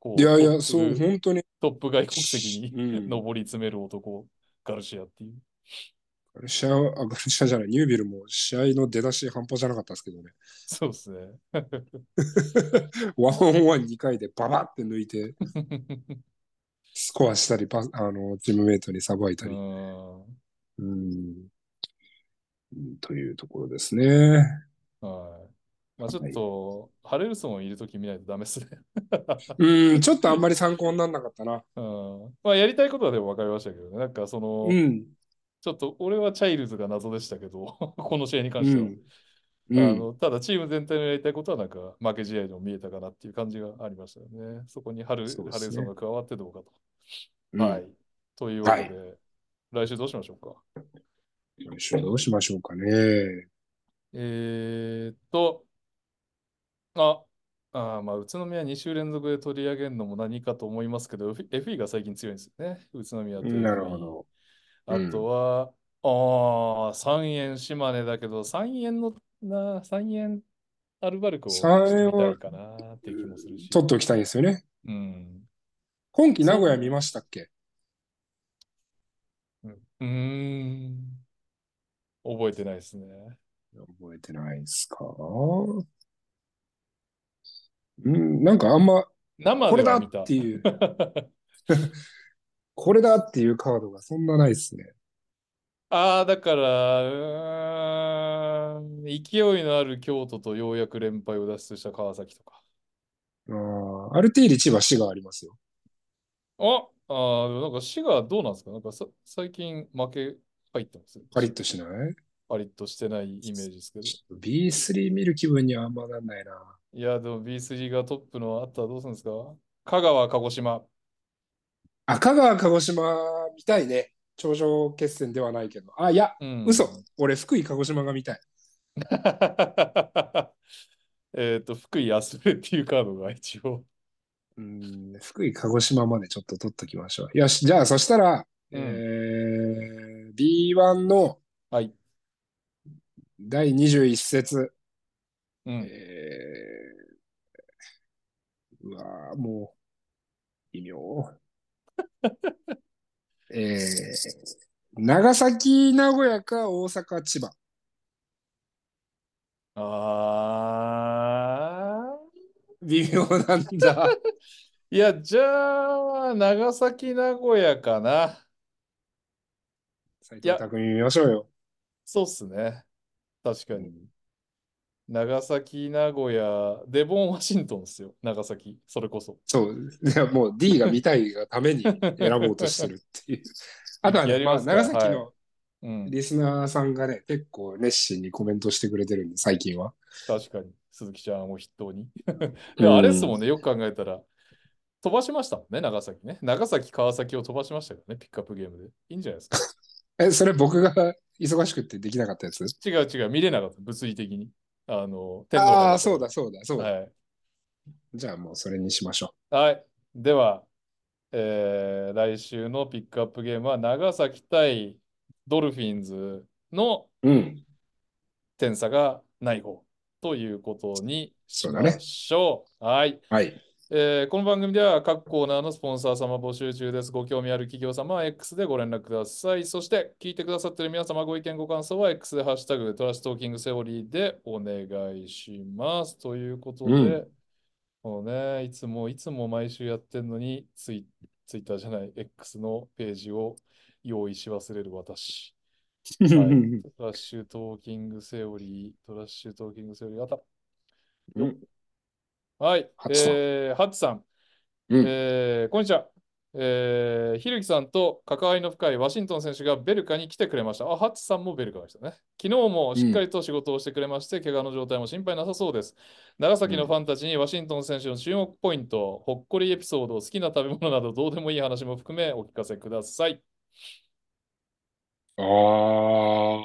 こういやいトッや、プそう、本当に。トップ外国籍にうん。 上り詰める男、ガルシアっていう。ガルシア、あ、ガルシアじゃない、ニュービルも試合の出だし半端じゃなかったですけどね。そうですね。ワンオンワン2回でババって抜いて、スコアしたり、パスあの、チームメイトにさばいたうり。ん。うん。というところですね。はい。まあちょっと、ハレルソンをいるとき見ないとダメっすね。 うん、ちょっとあんまり参考にならなかったな。うん。まあやりたいことはでも分かりましたけどね。なんかその、うん。ちょっと俺はチャイルズが謎でしたけど、 この試合に関うしては。ん。あうん。のただチーム全体のやりたいことはなんか負け試合でも見えたかなっていう感じがありましたよね。そこにハル、そうでハレすルねソンが加わってどうかと。うはん。い。というわけはで、来週どうしましょうか。来週どうしましょうかね。えーっと、あ、あーまあ、宇都宮2週連続で取り上げるのも何かと思いますけど、F- FE が最近強いんですよね。宇都宮と FE。なるほど。あうんとは、ああ、三円島根だけど、三円のな、三円アルバルクを三円は取りたいかなっていう気もするし。取っておきたいですよね。うん。今季名古屋見ましたっけうんうーん。覚えてないですね。覚えてないですかうん、なんかあんま、生こでれだはっ見た。ていう、これだっていうカードがそんなないですね。ああ、だから、うーん、勢いのある京都とようやく連敗を脱出した川崎とか。あーアルティーリ千葉市がありますよ。ああー、でもなんか滋賀どうなんですかなんかさ、最近負け入ってます。パリッとしないパリッとしてないイメージですけど。ちょっと ?B3 見る気分にはあんまなんないな。いや、でも B3 がトップのあったらどうするんですか香川、鹿児島。赤川、鹿児島見たいね。頂上決戦ではないけど。あ、いや、うん。嘘。俺、福井、鹿児島が見たい。 えっと、福井、アスレっていうカードが一応。うん、福井、鹿児島までちょっと取っときましょう。よし、じゃあ、そしたら、うんえー B1 のはい。第21節、うん。えーうわーもう、異名。えー長崎、名古屋か大阪、千葉。あ微妙なんだ。ー。いや、じゃあ、長崎、名古屋かな。斉藤匠見ましょうよ。そうっすね。確かうに。ん長崎、名古屋、デボン、ワシントンっすよ。長崎、それこそ。そう。いやもう D が見たいがために選ぼうとしてるっていう。あとはやね、りままあ、すか長崎の、はうん。リスナーさんがね、結構熱心にコメントしてくれてるんで、最近は。確かに。鈴木ちゃんを筆頭 に。いや、あれっすもんん。ね、よく考えたら、飛ばしましたもんね、長崎ね。長崎、川崎を飛ばしましたからね、ピックアップゲームで。いいんじゃないですか。え、それ僕が忙しくてできなかったやつ違う違う、見れなかった、物理的に。あの、天皇あ杯あ、そうだだ、そうだ、そうかだ。ら。はい。じゃあもうそれにしましょはい。では、えー来週のピックアップゲームは、長崎対ドルフィンズのう。うん。点差がない方ということにしそうだまねしょう。はい。はい。えーこの番組では各コーナーのスポンサー様募集中です。ご興味ある企業様は X でご連絡ください。そして、聞いてくださっている皆様ご意見ご感想は X でハッシュタグトラストーキングセオリーでお願いします。ということで、うんもうね、いつもいつも毎週やってんのにツイ、ツイッターじゃない、X のページを用意し忘れる私。はい、トラッシュトーキングセオリー、トラッシュトーキングセオリーあった。うんはい、ハッチさんえーハッチさん、うんえーこんにちは。えー、ひるきさんと関わりの深いワシントン選手がベルカに来てくれました。あ、ハッチさんもベルカでしたね。昨日もしっかりと仕事をしてくれまして、怪我の状態も心配なさそうです。長崎のファンたちにワシントン選手の注目ポイント、ほっこりエピソード、好きな食べ物などどうでもいい話も含めお聞かせください。ああ。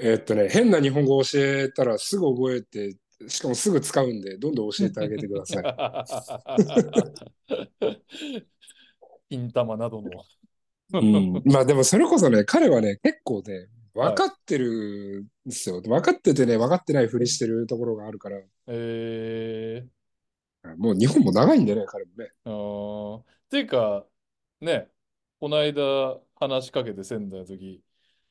えーっとね、変な日本語を教えたらすぐ覚えて、しかもすぐ使うんで、どんどん教えてあげてください。金玉などの。うん、まあでもそれこそね、彼はね、結構ね、分かってるんですよ。分かっててね、分かってないふりしてるところがあるから、えもう日本も長いんでね、彼もね。ー、あーていうか、ね、この間話しかけて仙台の時、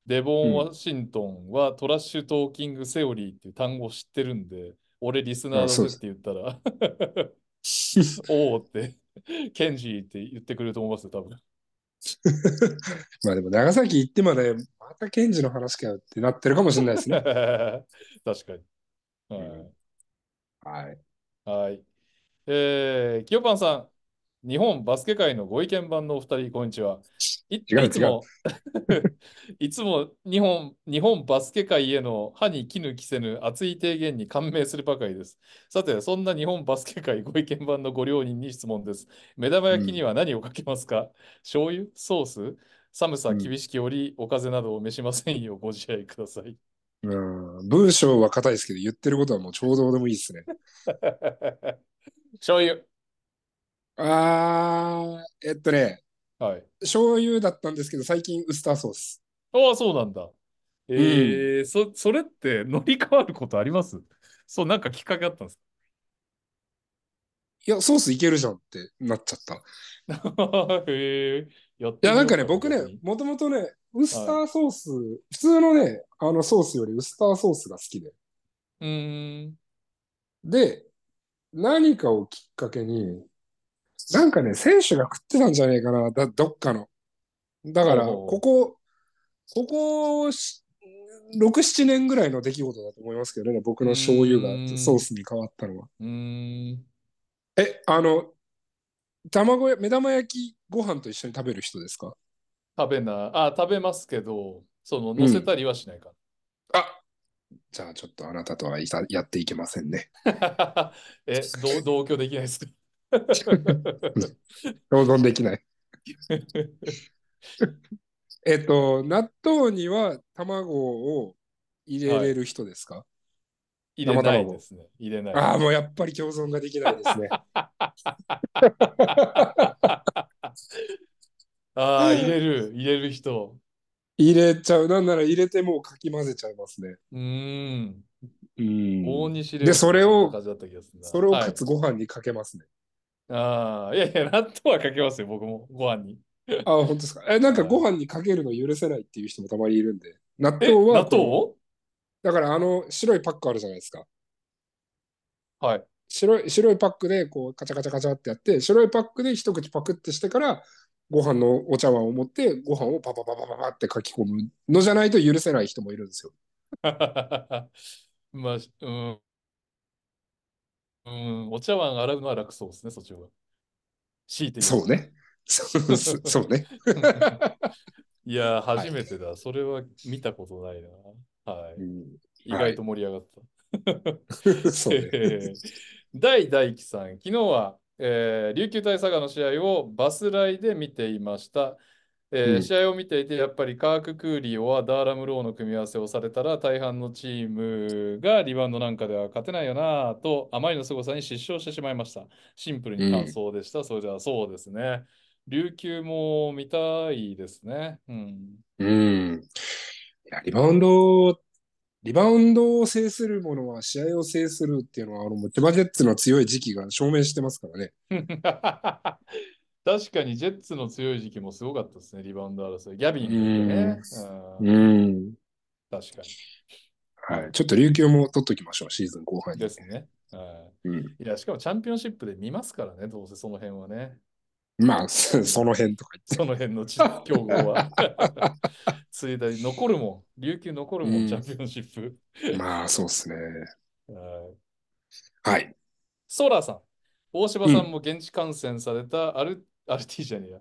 デボン・うんワシントンはトラッシュトーキング・セオリーっていう単語を知ってるんで、俺リスナーだあそうぜっですて言ったら、おおって、ケンジーって言ってくれると思いますよ、多分。まあでも長崎行ってまで、また検事の話かよってなってるかもしれない ですね。 確かに。はい。はい。はい。えー、きよぱんさん、日本バスケ界のご意見番のお二人、こんにちは。い違ういつも、 いつも日本日本バスケ界への歯に衣着せぬ熱い提言に感銘するばかりです。さて、そんな日本バスケ界ご意見番のご両人に質問です。目玉焼きには何をかけますか、醤油ソース寒さうん厳しき折、お風邪などを召しませんようご自愛ください。 うん、文章は硬いですけど、言ってることはもうちょうどでもいいですね。醤油。あー、えっとね、はい。醤油だったんですけど、最近ウスターソース。ああ、そうなんだ。えーそ、それって乗り換わることありますそう、なんかきっかけあったんですいや、ソースいけるじゃんってなっちゃった。いか へえ、やってみようや、なんかね、僕ね逆に、もともとね、ウスターソース、普通のね、あのソースよりウスターソースが好きで。うーん。で、何かをきっかけに、なんかね、選手が食ってたんじゃねえかな、だどっかの。だから、おうおうここ、ここし、6、7年ぐらいの出来事だと思いますけどね、僕の醤油うーがんソースに変わったのは。うーん。え、あの、卵や、目玉焼きご飯と一緒に食べる人ですか食べな、あ、食べますけど、その、ん乗せたりはしないか あじゃあちょっとあなたとはいたやっていけませんね。ら。え、どう同居できないですか 共存できない。 えっと、納豆には卵を入れれる人ですか、入れないですね。入れない。ああ、もうやっぱり共存ができないです ね。ああ、入れる、入れる人。入れちゃう。なんなら入れてもうかき混ぜちゃいますね。うーん。う大ん。西でそれを感じだった気がするなそれをはいかつご飯にかけますね。ああ、いやいや、納豆はかけますよ、僕も、ご飯に。ああ、本当ですか。え、なんかご飯にかけるの許せないっていう人もたまにいるんで。納え、豆は納こう豆だからあの白いパックあるじゃないですか。はい。白い、白いパックでこうカチャカチャカチャってやって、白いパックで一口パクってしてから、ご飯のお茶碗を持って、ご飯をパパパパパパって書き込むのじゃないと許せない人もいるんですよ。 まあ、しうん。うん、お茶碗洗うのは楽そうですね、そっちは。強いて言そうね。そうそうそうね。うと。 いやー、初めてだ。それは見たことないな。はい。意外と盛り上がった。そ うね。大大輝さん、昨日は、えー琉球対佐賀の試合をバスライで見ていました。えーうん試合を見ていて、やっぱりカーク・クーリオはダーラム・ローの組み合わせをされたら、大半のチームがリバウンドなんかでは勝てないよなぁと、あまりの凄さに失笑してしまいました。シンプルに感想でした。それではそうですね。琉球も見たいですね。うん。うん。いや、リバウンド、リバウンドを制するものは試合を制するっていうのは、あの、千葉ジェッツの強い時期が証明してますからね。 確かにジェッツの強い時期もすごかったですね、リバウンド争い。ギャビン含めてね。うんうん。確かはい。ちょっと琉球も取っときましょう、シーズン後半に。に。ですね。はうんいいや、しかもチャンピオンシップで見ますからね、どうせその辺はね。まあ、 そその辺とかその辺のち競合は。ついだに残るもん、琉球残るも、うんんチャンピオンシップ。言って。まあ、そうですね。はいはい。ソーラーさん、大柴さんも現地観戦されたアル,、アルティジャニア、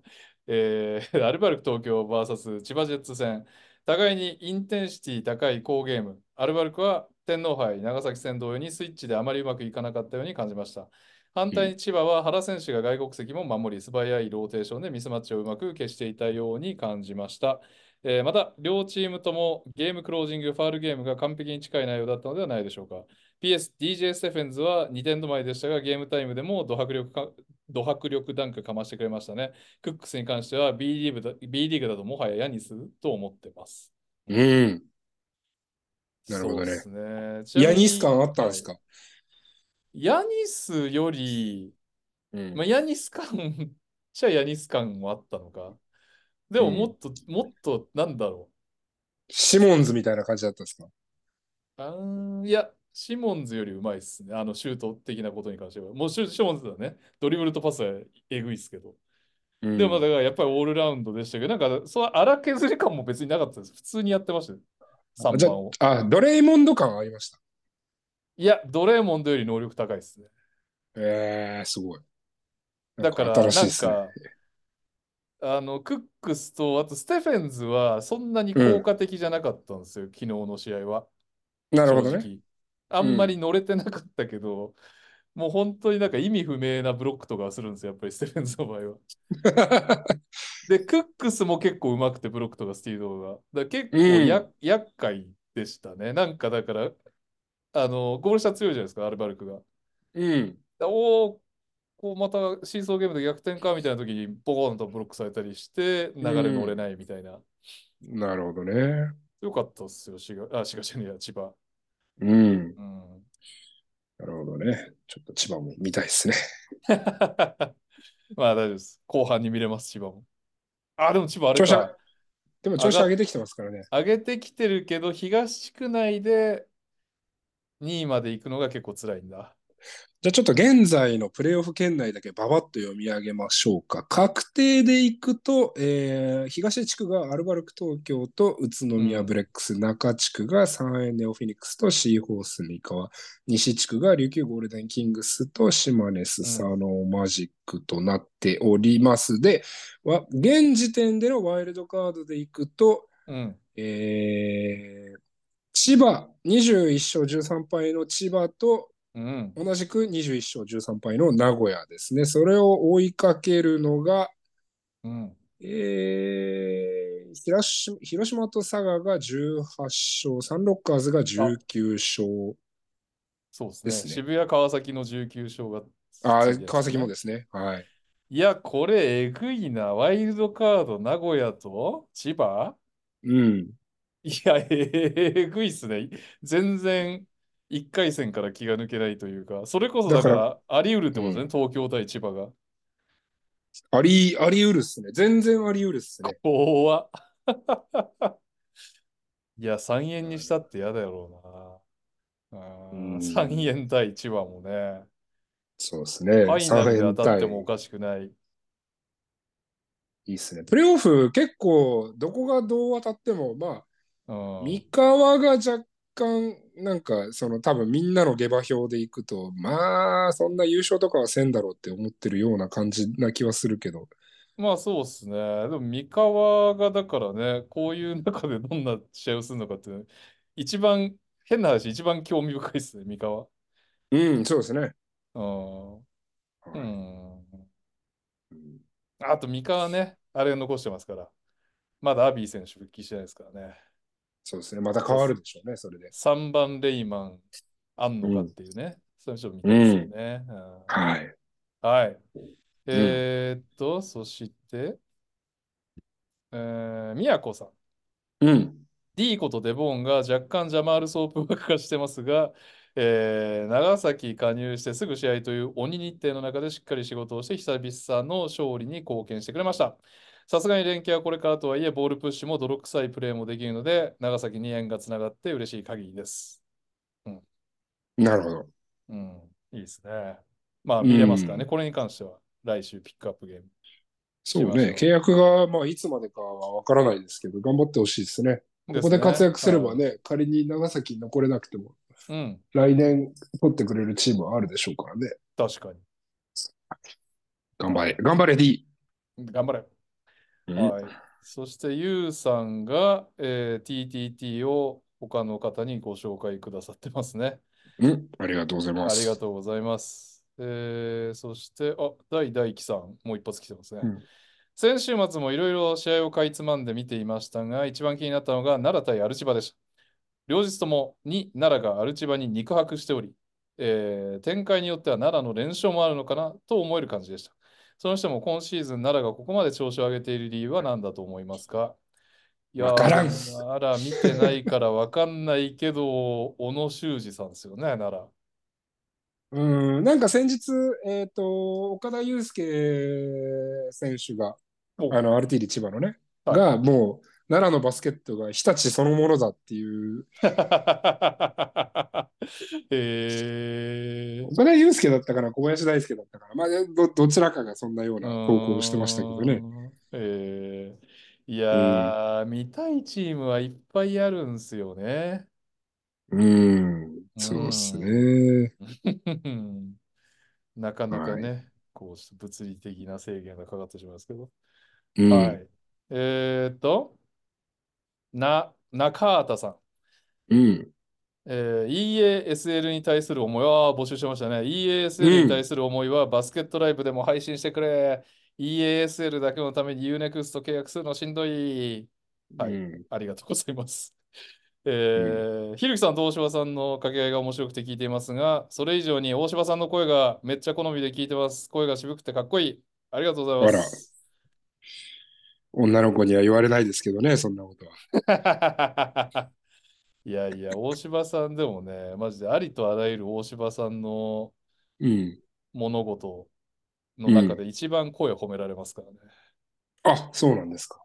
えー アルバルク東京 VS 千葉ジェッツ戦、互いにインテンシティ高い好ゲーム、アルバルクは天皇杯長崎戦同様にスイッチであまりうまくいかなかったように感じました。反対に千葉は原選手が外国籍も守り、素早いローテーションでミスマッチをうまく消していたように感じました。えーまた、両チームともゲームクロージング、ファールゲームが完璧に近い内容だったのではないでしょうか。PS、DJ ステフェンズは2点止まりでしたが、ゲームタイムでもド迫力かド迫力ダンクかましてくれましたね。クックスに関しては B リーグだ B リーグだともはやヤニスと思ってます。うん。なるほどねそうですねヤニス感あったんですかヤニスより、うんまあ、ヤニス感っちゃヤニス感もあったのか。でももっと、もっとなんだろシモンズみたいな感じだったんですかう。あーいや、シモンズよりうまいっすね。あのシュート的なことに関しては。もうシュシモンズだね。ドリブルとパスはえぐいっすけど。でもだからやっぱりオールラウンドでしたけど、なんかそう荒削り感も別になかったです。普通にやってましたよ。3じゃ番を。あ、ドレイモンド感ありました。いや、ドレーモンドより能力高いっすね。えー、すごい。だから、なんなん新しいですね。か、あの、クックスと、あとステフェンズは、そんなにうん効果的じゃなかったんですよ、昨日の試合は。なるほどね。正直。あんまり乗れてなかったけど、もう本当になんか意味不明なブロックとかするんですよ、やっぱりステフェンズの場合は。で、クックスも結構うまくて、ブロックとかスティードが。だから結構や、厄介でしたね。なんかだから、あの、ゴール下強いじゃないですか、アルバルクが。 うん。おお、こうまたシーソーゲームで逆転かみたいな時にボコーンとブロックされたりして流れ乗れないみたいな。なるほどね。よかったっすよ、滋賀、あ、滋賀じゃねえや、千葉。うん。うん なるほどね。ちょっと千葉も見たいですね。まあ大丈夫です。後半に見れます、千葉も。あ、でも千葉あれ調子かは。でも調子上げてきてますからね。上げてきてるけど、東地区内で2位まで行くのが結構辛いんだ。じゃあちょっと現在のプレーオフ圏内だけババッと読み上げましょうか。確定でいくと、えー東地区がアルバルク東京と宇都宮ブレックス、中地区がサンエンネオフィニックスとシーホース三河、西地区が琉球ゴールデンキングスと島根スサノーマジックとなっております。で、わ現時点でのワイルドカードでいくと、うん。えー千葉、21勝13敗の千葉とうん。同じく21勝13敗の名古屋ですね。それを追いかけるのが、うん。えー広島広島と佐賀が18勝、サンロッカーズが19勝、そうですでね。すね渋谷、川崎の19勝があついてるやつねー川崎もですね。はい。いや、これえぐいな。ワイルドカード、名古屋と千葉 うん。いや、えぐいっすね。全然1回戦から気が抜けないというか、それこそだだかかららあり得るってことね、うん東京対千葉が。あり、ありうるっすね。全然ありうるっすね。怖っ いや、3円にしたって嫌だろうな。うん、うん3円対千葉もね、そうですね。ファイナルで当たって三連もお対かしくない。いいっすね。プレーオフ結構、どこがどう当たっても、まあ、うん、三河が若干、なんか、その多分みんなの下馬評でいくと、まあ、そんな優勝とかはせんだろうって思ってるような感じな気はするけど、まあそうっすね。でも三河がだからね、こういう中でどんな試合をするのかっていうの、一番、変な話、一番興味深いっすね、三河。うん、そうですね。うん。うん。うんあと三河ね、あれ残してますから。まだアビー選手復帰してないですからね。そうですね。また変わるでしょうね、それで。 3番レイマン、あんのかっていうね。そういう人も見たいですよね。うんはい。はい。えーっと、そして、えー、宮子さん。うん。 D ことデボーンが若干ジャマール・ソープ爆化してますが、えー長崎加入してすぐ試合という鬼日程の中でしっかり仕事をして久々の勝利に貢献してくれました。さすがに連携はこれからとはいえ、ボールプッシュも泥臭いプレーもできるので、長崎に縁がつながって嬉しい限りです。なるほど。うん、いいですね。まあ見れますからね、うこれに関しては来週ピックアップゲーム。そしうまね。しょ契約が、まあ、いつまでかはわからないですけど、頑張ってほしいですね。ここで活躍すればね。ね、仮に長崎に残れなくても、はいうん、来年取ってくれるチームはあるでしょうからね。確かに。頑張れ。頑張れ、D。頑張れ。うんはい。そして、ゆうさんが、えー TTT を他の方にご紹介くださってますね。うん。ありがとうございあます。りがとうございます。ええーそして、あ、大大輝さん、もう一発来てますね。うん先週末もいろいろ試合をかいつまんで見ていましたが、一番気になったのが奈良対アルチバでした。両日ともに奈良がアルチバに肉薄しており、えー展開によっては奈良の連勝もあるのかなと思える感じでした。その人も今シーズン奈良がここまで調子を上げている理由は何だと思いますかいやーわからん奈良見てないからわかんないけど、小野修二さんですよね、奈良。うん、なんか先日、えっ、と、岡田祐介選手が、おあの、RT で千葉のね、はいが、もう、奈良のバスケットが日立そのものだっていう、 えー、岡田祐介だったかな、小林大輔だったかな、まあ、ど、どちらかがそんなような投稿をしてましたけどね。ね。えー、いやー、見たいチームはいっぱいあるんすよね。 うん、そうっすね。なかなかね、こうして物理的な制限がかかってしまいますけど。うん、はい。えー、っと、な、中畑さん。うん、えー、EASL に対する思いは募集してましたね。EASL に対する思いはバスケットライブでも配信してくれ。EASL だけのために UNEXT 契約するのしんどい。はいうんありがとうございます。えー、ひるきさんと大柴さんの掛け合いが面白くて聞いていますが、それ以上に大柴さんの声がめっちゃ好みで聞いてます。声が渋くてかっこいい。ありがとうございます。女の子には言われないですけどね、そんなことは。 いやいや、大柴さんでもね、マジでありとあらゆる大柴さんのうん。物事の中で一番声褒められますからね。あ、そうなんですか。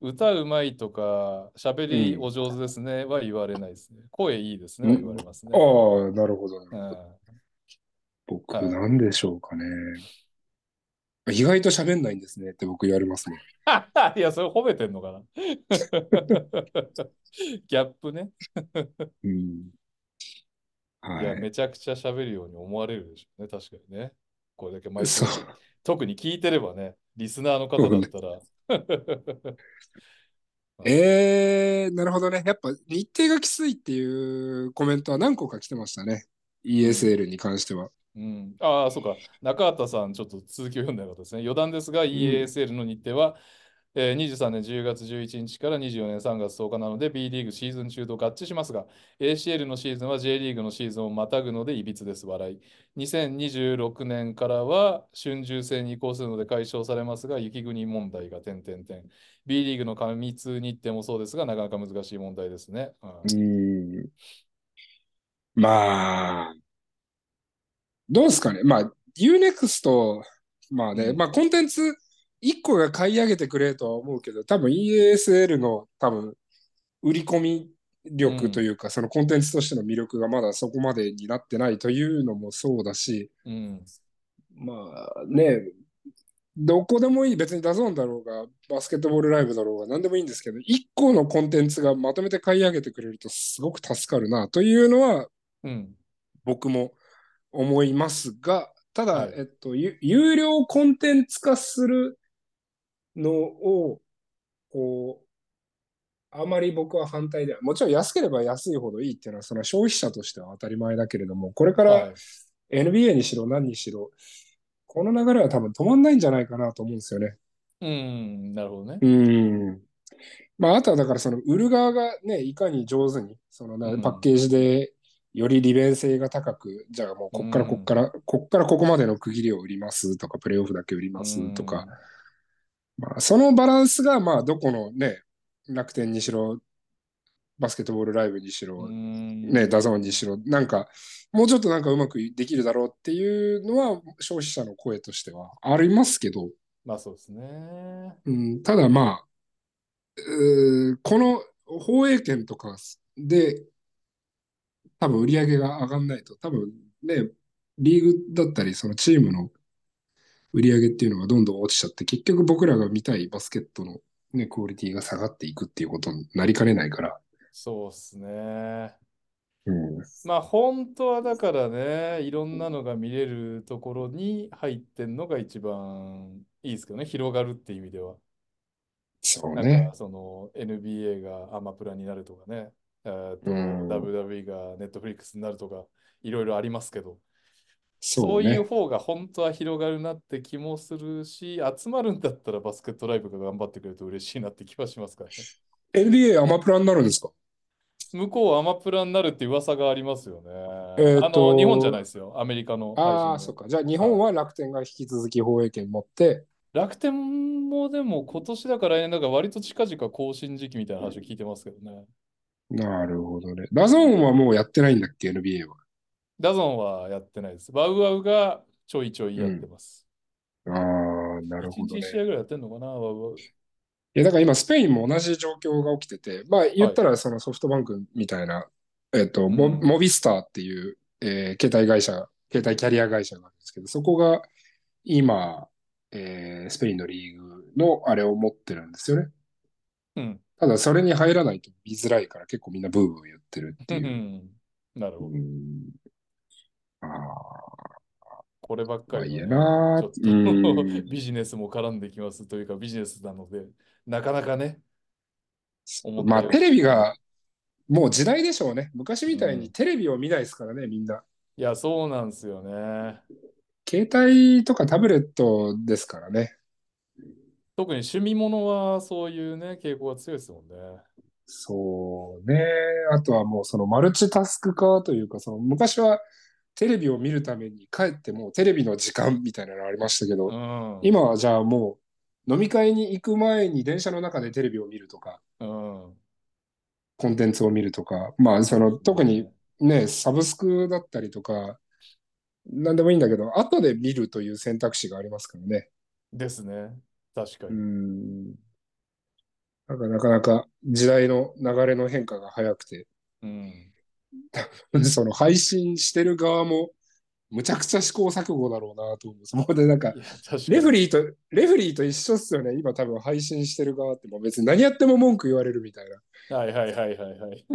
歌うまいとか、喋りうんお上手ですねは言われないですね。声いいですねうんは言われますね。ああ、なるほど、うなるほど。ん僕、はいなんでしょうかね。意外と喋んないんですねって僕言われますね。いや、それ褒めてんの かな ギャップね。うん。いや、はめちゃくちゃ喋るように思われるでしょうね。確かにね。これだけ毎い。週そう。特に聞いてればね、リスナーの方だったら。えー、なるほどね。やっぱ日程がきついっていうコメントは何個か来てましたね。ESL に関しては。うん、ああ、そうか。中畑さん、ちょっと続きを読んだかったですね。余談ですが、EASL の日程は、えー23年10月11日から24年3月10日なので、B リーグシーズン中と合致しますが、ACL のシーズンは J リーグのシーズンをまたぐので、いびつです。笑い。2026年からは、春秋戦に移行するので解消されますが、雪国問題が点々点。B リーグの過密日程もそうですが、なかなか難しい問題ですね。うんうん。まあ、どうですかね。まあ、UNEXT、まあね、うんまあコンテンツ1個が買い上げてくれとは思うけど、多分 ESL の多分売り込み力というか、そのコンテンツとしての魅力がまだそこまでになってないというのもそうだし、うん。まあね、どこでもいい、別にダゾーンだろうが、バスケットボールライブだろうが、何でもいいんですけど、1個のコンテンツがまとめて買い上げてくれるとすごく助かるなというのは、うん。僕も思いますが、ただ、はいえっと、ゆ有料コンテンツ化するのを、こう、あまり僕は反対では、もちろん安ければ安いほどいいっていうのは、その消費者としては当たり前だけれども、これかはらい NBA にしろ何にしろ、この流れは多分止まんないんじゃないかなと思うんですよね。うん、なるほどねう。ん。まあ、あとはだからその売る側がね、いかに上手に、そのなうんパッケージでより利便性が高く、じゃあもうこっからうんこっから、こっからここまでの区切りを売りますとか、プレイオフだけ売りますとうかん、まあ、そのバランスが、まあ、どこのね、楽天にしろ、バスケットボールライブにしろ、ねね、ダゾーンにしろ、なんか、もうちょっとなんかうまくできるだろうっていうのは、消費者の声としてはありますけど、まあそうですね。うん、ただまあ、うーこの放映権とかで、多分売り上げが上がんないと、多分ね、リーグだったり、そのチームの売り上げっていうのがどんどん落ちちゃって、結局僕らが見たいバスケットの、ね、クオリティが下がっていくっていうことになりかねないから。そうですね。うん、まあ本当はだからね、いろんなのが見れるところに入ってんのが一番いいですけどね、広がるっていう意味では。そうなんね。かその NBA がアマプラになるとかね、えーとうん WWE が Netflix になるとか、いろいろありますけど、そそうういうね。方が本当は広がるなって気もするし、集まるんだったらバスケットライブが頑張ってくれると嬉しいなって気はしますからね。 NBA アマプラになるんですか向こうはアマプラになるって噂がありますよね。えーあとの、日本じゃないですよ。アメリカの配信ああ、そっか。じゃあ日本は楽天が引き続き放映権持って、楽天もでも今年だから来年だから割と近々更新時期みたいな話を聞いてますけどね。なるほどね。ダゾーンはもうやってないんだっけ ?NBA は。ダゾンはやってないです。バウアウがちょいちょいやってます。ああ、なる一ほど日1ね。試合ぐらいやってんのかな、バウアウ。いや、だから今、スペインも同じ状況が起きてて、まあ、言ったら、そのソフトバンクみたいな、えっと、モうんモビスターっていう、えー携帯会社、携帯キャリア会社があるんですけど、そこが今、えースペインのリーグのあれを持ってるんですよね。うん。ただ、それに入らないと見づらいから、結構みんなブーブー言ってるってういう。ん。なるほど。うんああ、こればっかりはね、まあいいなちょっうとんビジネスも絡んできますというか、ビジネスなので、なかなかね、思ったまあ、よりテレビが、もう時代でしょうね。昔みたいうにんテレビを見ないですからね、みんな。いや、そうなんですよね。携帯とかタブレットですからね。特に趣味ものはそういうね、傾向が強いですもんね。そうね。あとはもうそのマルチタスク化というか、その昔はテレビを見るために帰ってもうテレビの時間みたいなのありましたけど、うん。今はじゃあもう飲み会に行く前に電車の中でテレビを見るとか、うん。コンテンツを見るとか、まあその特にね、サブスクだったりとか、なんでもいいんだけど、後で見るという選択肢がありますからね。ですね。確かうに。ん。なんかなかなか時代の流れの変化が早くて、 うん。その配信してる側もむちゃくちゃ試行錯誤だろうなと思う。そこでなんか、いや、確かに。レフェリーと、レフェリーと一緒っすよね。今多分配信してる側ってもう別に何やっても文句言われるみたいな。はいはいはいはいはい。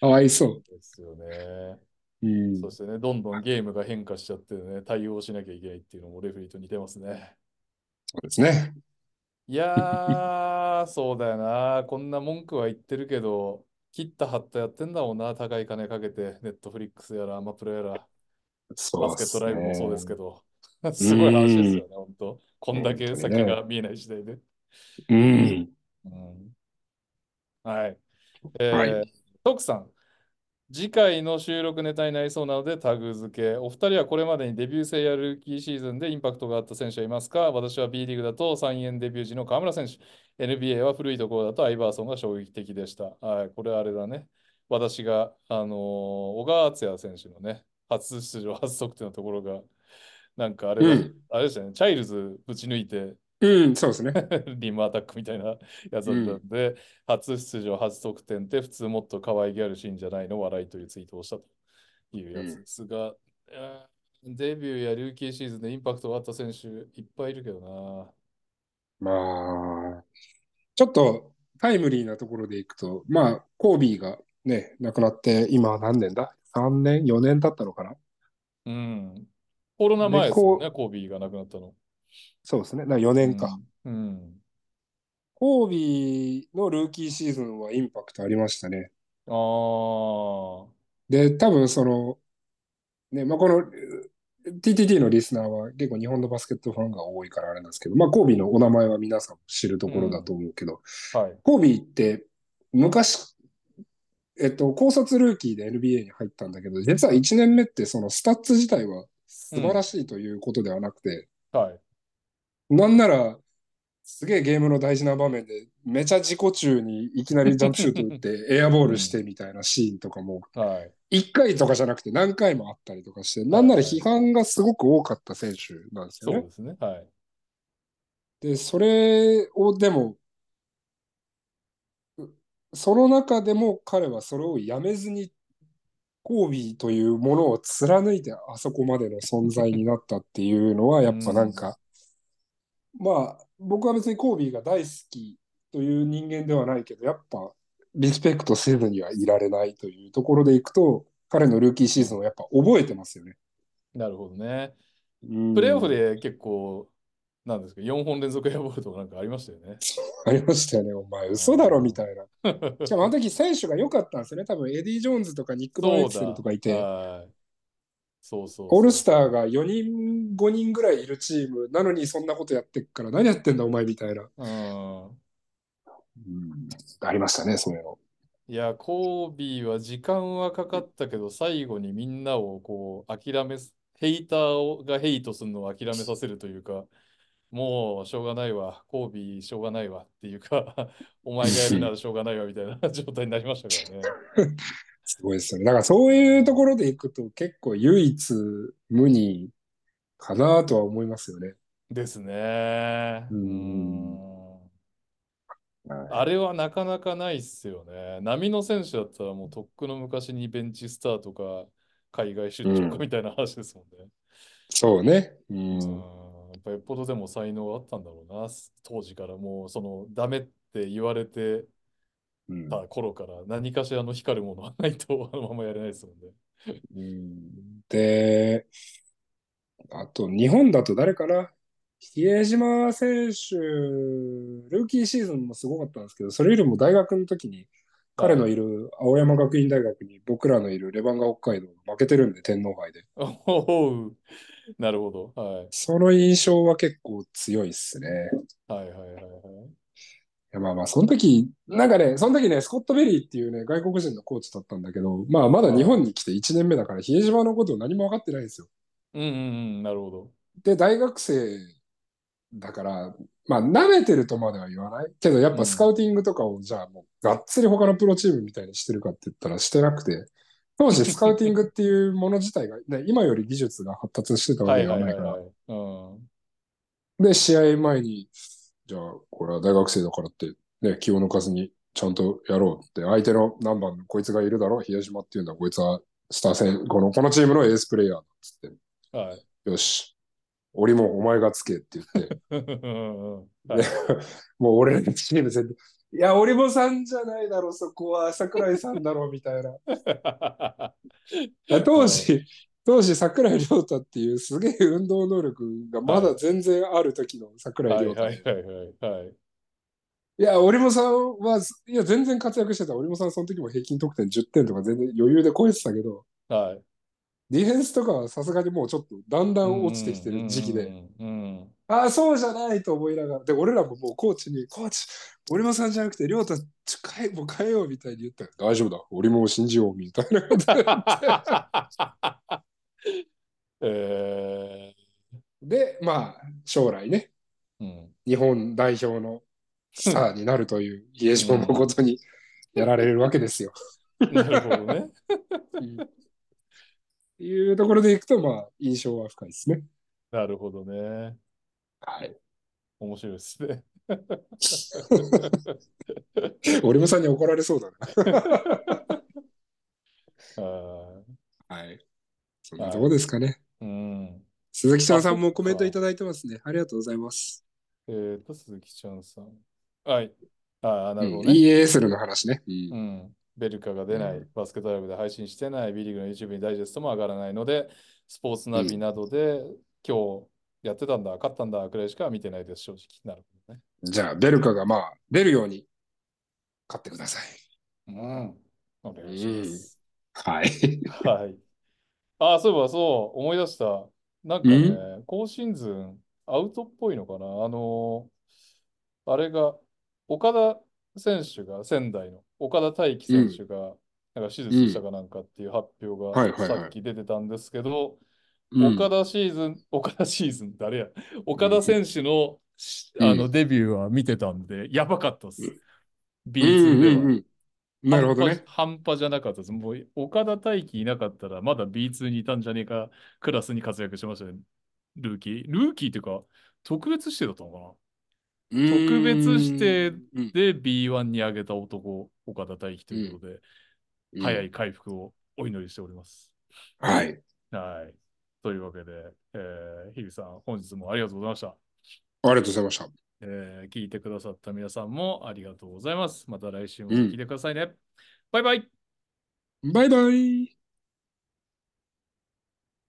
かわいそそうですよね。う。うんそ。してね、どんどんゲームが変化しちゃってね、対応しなきゃいけないっていうのもレフェリーと似てますね。そうですね。いやー、そうだよな。こんな文句は言ってるけど、切った貼ったやってんだもんな。高い金かけて、ネットフリックスやら、アマプラやら、そバうスっケッすトライブもそうですけね。ど、 すごい話ですよね、本当。こんだけ本当に先ねが見えない時代で。うん。うん、はい。はえい。ー、徳さん、次回の収録ネタになりそうなのでタグ付け。お二人はこれまでにデビュー戦やルーキーシーズンでインパクトがあった選手はいますか私は B リーグだと3円デビュー時の河村選手。NBA は古いところだとアイバーソンが衝撃的でした。はい、これあれだね。私が、あのー小川敦也選手のね、初出場、初得点のところが、なんかあれだ、うん。あれでしたね、チャイルズぶち抜いて、うん、そうですね。 リムアタックみたいなやつだったんで、初出場、初得点って普通もっと可愛げあるシーンじゃないの笑いというツイートをしたというやつですが、うんデビューやルーキーシーズンでインパクトがあった選手いっぱいいるけどな。まあ、ちょっとタイムリーなところでいくと、まあ、コービーがね、亡くなって、今何年だ ?3 年 ?4 年経ったのかなうん。コロナ前ですよね、でコービーが亡くなったの。そうですね。だ4年か。うん。コービーのルーキーシーズンはインパクトありましたね。うん、あで、多分その、ね、まあ、このう TTT のリスナーは結構日本のバスケットファンが多いからあれなんですけど、まあ、コービーのお名前は皆さん知るところだと思うけど、あ。はい。コービーって昔、えっと、高卒ルーキーで NBA に入ったんだけど、実は1年目ってそのスタッツ自体は素晴らしいということではなくて、はい。なんなら、すげえゲームの大事な場面で、めちゃ自己中にいきなりジャンプシュート打って、エアボールしてみたいなシーンとかも、はい。 1回とかじゃなくて何回もあったりとかして、なんなら批判がすごく多かった選手なんですそようね。ですね。はい。で、それをでも、その中でも彼はそれをやめずに、コービーというものを貫いてあそこまでの存在になったっていうのは、やっぱなんか、まあ、僕は別にコービーが大好きという人間ではないけど、やっぱリスペクトせずにはいられないというところでいくと、彼のルーキーシーズンをやっぱ覚えてますよね。なるほどね。うんプレーオフで結構、なんですけど、4本連続エアボールとかなんかありましたよね。 ありましたよね、お前、嘘だろみたいな。 しかもあの時選手が良かったんですよね、多分エディ・ジョーンズとかニック・バンエクセルとかいて、はいそうそうそう。オールスターが4人、5人ぐらいいるチームなのにそんなことやってっから何やってんだお前みたいな。うん。ありましたね、そういうの。いや、コービーは時間はかかったけど、最後にみんなをこう、諦めす、ヘイターをがヘイトするのを諦めさせるというか、もうしょうがないわ、コービーしょうがないわっていうか、お前がやるならしょうがないわみたいな状態になりましたからね。すごいですよね。だからそういうところでいくと結構唯一無二かなとは思いますよね。ですね。うんうんあれはなかなかないっすよね。波の選手だったらもうとっくの昔にベンチスターとか海外出張うかみたいな話ですもんね。そうね。ううんん。やっぱよっぽどでも才能があったんだろうな、当時からもうそのダメって言われてうんた頃から何かしらの光るものはないとあのままやれないですもんね。うんで、あと日本だと誰かな比江島選手、ルーキーシーズンもすごかったんですけど、それよりも大学の時に、彼のいる青山学院大学に僕らのいるレバンガ北海道が負けてるんで、天皇杯で。おうなるほど。はい。その印象は結構強いっすね。はいはいはいはい。いやまあまあ、その時、なんかね、その時ね、スコット・ベリーっていうね、外国人のコーチだったんだけど、まあまだ日本に来て1年目だから、比江島のことを何も分かってないんですよ。うんうんうん、なるほど。で、大学生だから、まあ、舐めてるとまでは言わないけど、やっぱスカウティングとかを、じゃあもう、がっつり他のプロチームみたいにしてるかって言ったらしてなくて、当時スカウティングっていうもの自体が、 ね、今より技術が発達してたわはけいでははいはないいからは、い。うん。で、試合前に、じゃあ、これは大学生だからって、ね、気を抜かずに、ちゃんとやろうって、相手の何番のこいつがいるだろう、比江島っていうのは、こいつはスター戦、この、このチームのエースプレイヤーだっつっはい。て、よし、俺もお前がつけって言って、うんはい もう俺のチーム全然、いや、折茂さんじゃないだろ、そこは、桜井さんだろ、み たいな。 当時、当時、桜井亮太っていうすげえ運動能力がまだ全然ある時の桜は井い亮はい太は。いはいはい。いや、折茂さんは、いや、全然活躍してた。折茂さん、その時も平均得点10点とか全然余裕で超えてたけど、はい。ディフェンスとかはさすがにもうちょっとだんだん落ちてきてる時期うで、んうんうんうん。ああ、そうじゃないと思いながら、で、俺らももうコーチに、コーチ、折茂さんじゃなくて、亮太、ちょ変え、もう変えようみたいに言ったら、大丈夫だ、折茂を信じようみたいなことで えで、まあ、将来ね、ーうん、日本代表のスターになるという、比江島誠にやられるわけですよ。なるほど ね。っていうところでいくと、まあ、印象は深いですね。なるほどね。はい。面白いですね。折茂さんに怒られそうだな。あはい。そんなとこですかね。ーうん。鈴木ちゃんさんもコメントいただいてますね。ありがとうございます。えっ、と、鈴木ちゃんさん。はい。ああ、なるほどうんね。 EASL の話ね。うんうん。ベルカが出ない、うバスケットライブで配信してない、B リーグの YouTube にダイジェストも上がらないので、スポーツナビなどで、今日やってたんだ、勝ったんだ、くらいしか見てないです、正直。なるほどね。じゃあ、ベルカがまあ、出るように勝ってください。うん。お願いします。はい。はい。あ、そういえばそう、思い出した。なんかね、今シーズン、アウトっぽいのかな。あのーあれが、岡田選手が、仙台の、岡田大輝選手が、なんか手術したかなんかっていう発表はいがはいはいさっき出てたんですけど、うん岡田シーズン、岡田シーズン、誰や、岡田選手の、あのデビューは見てたんで、やばかったっす。うん B2 うでは。んうん。なるほどね。半端。半端じゃなかったです。もう、岡田大輝いなかったら、まだ B2 にいたんじゃねえか、クラスに活躍してましたね。ルーキー。ルーキーっていうか、特別指定だったのかな特別指定うん、で、B1 に上げた男、岡田大輝ということで、早い。回復をお祈りしております。はい。はい。というわけで、えー、日々さん、本日もありがとうございました。ありがとうございました。えー聞いてくださった皆さんもありがとうございます。また来週も聞いてくださいね。バイバイバイバイ。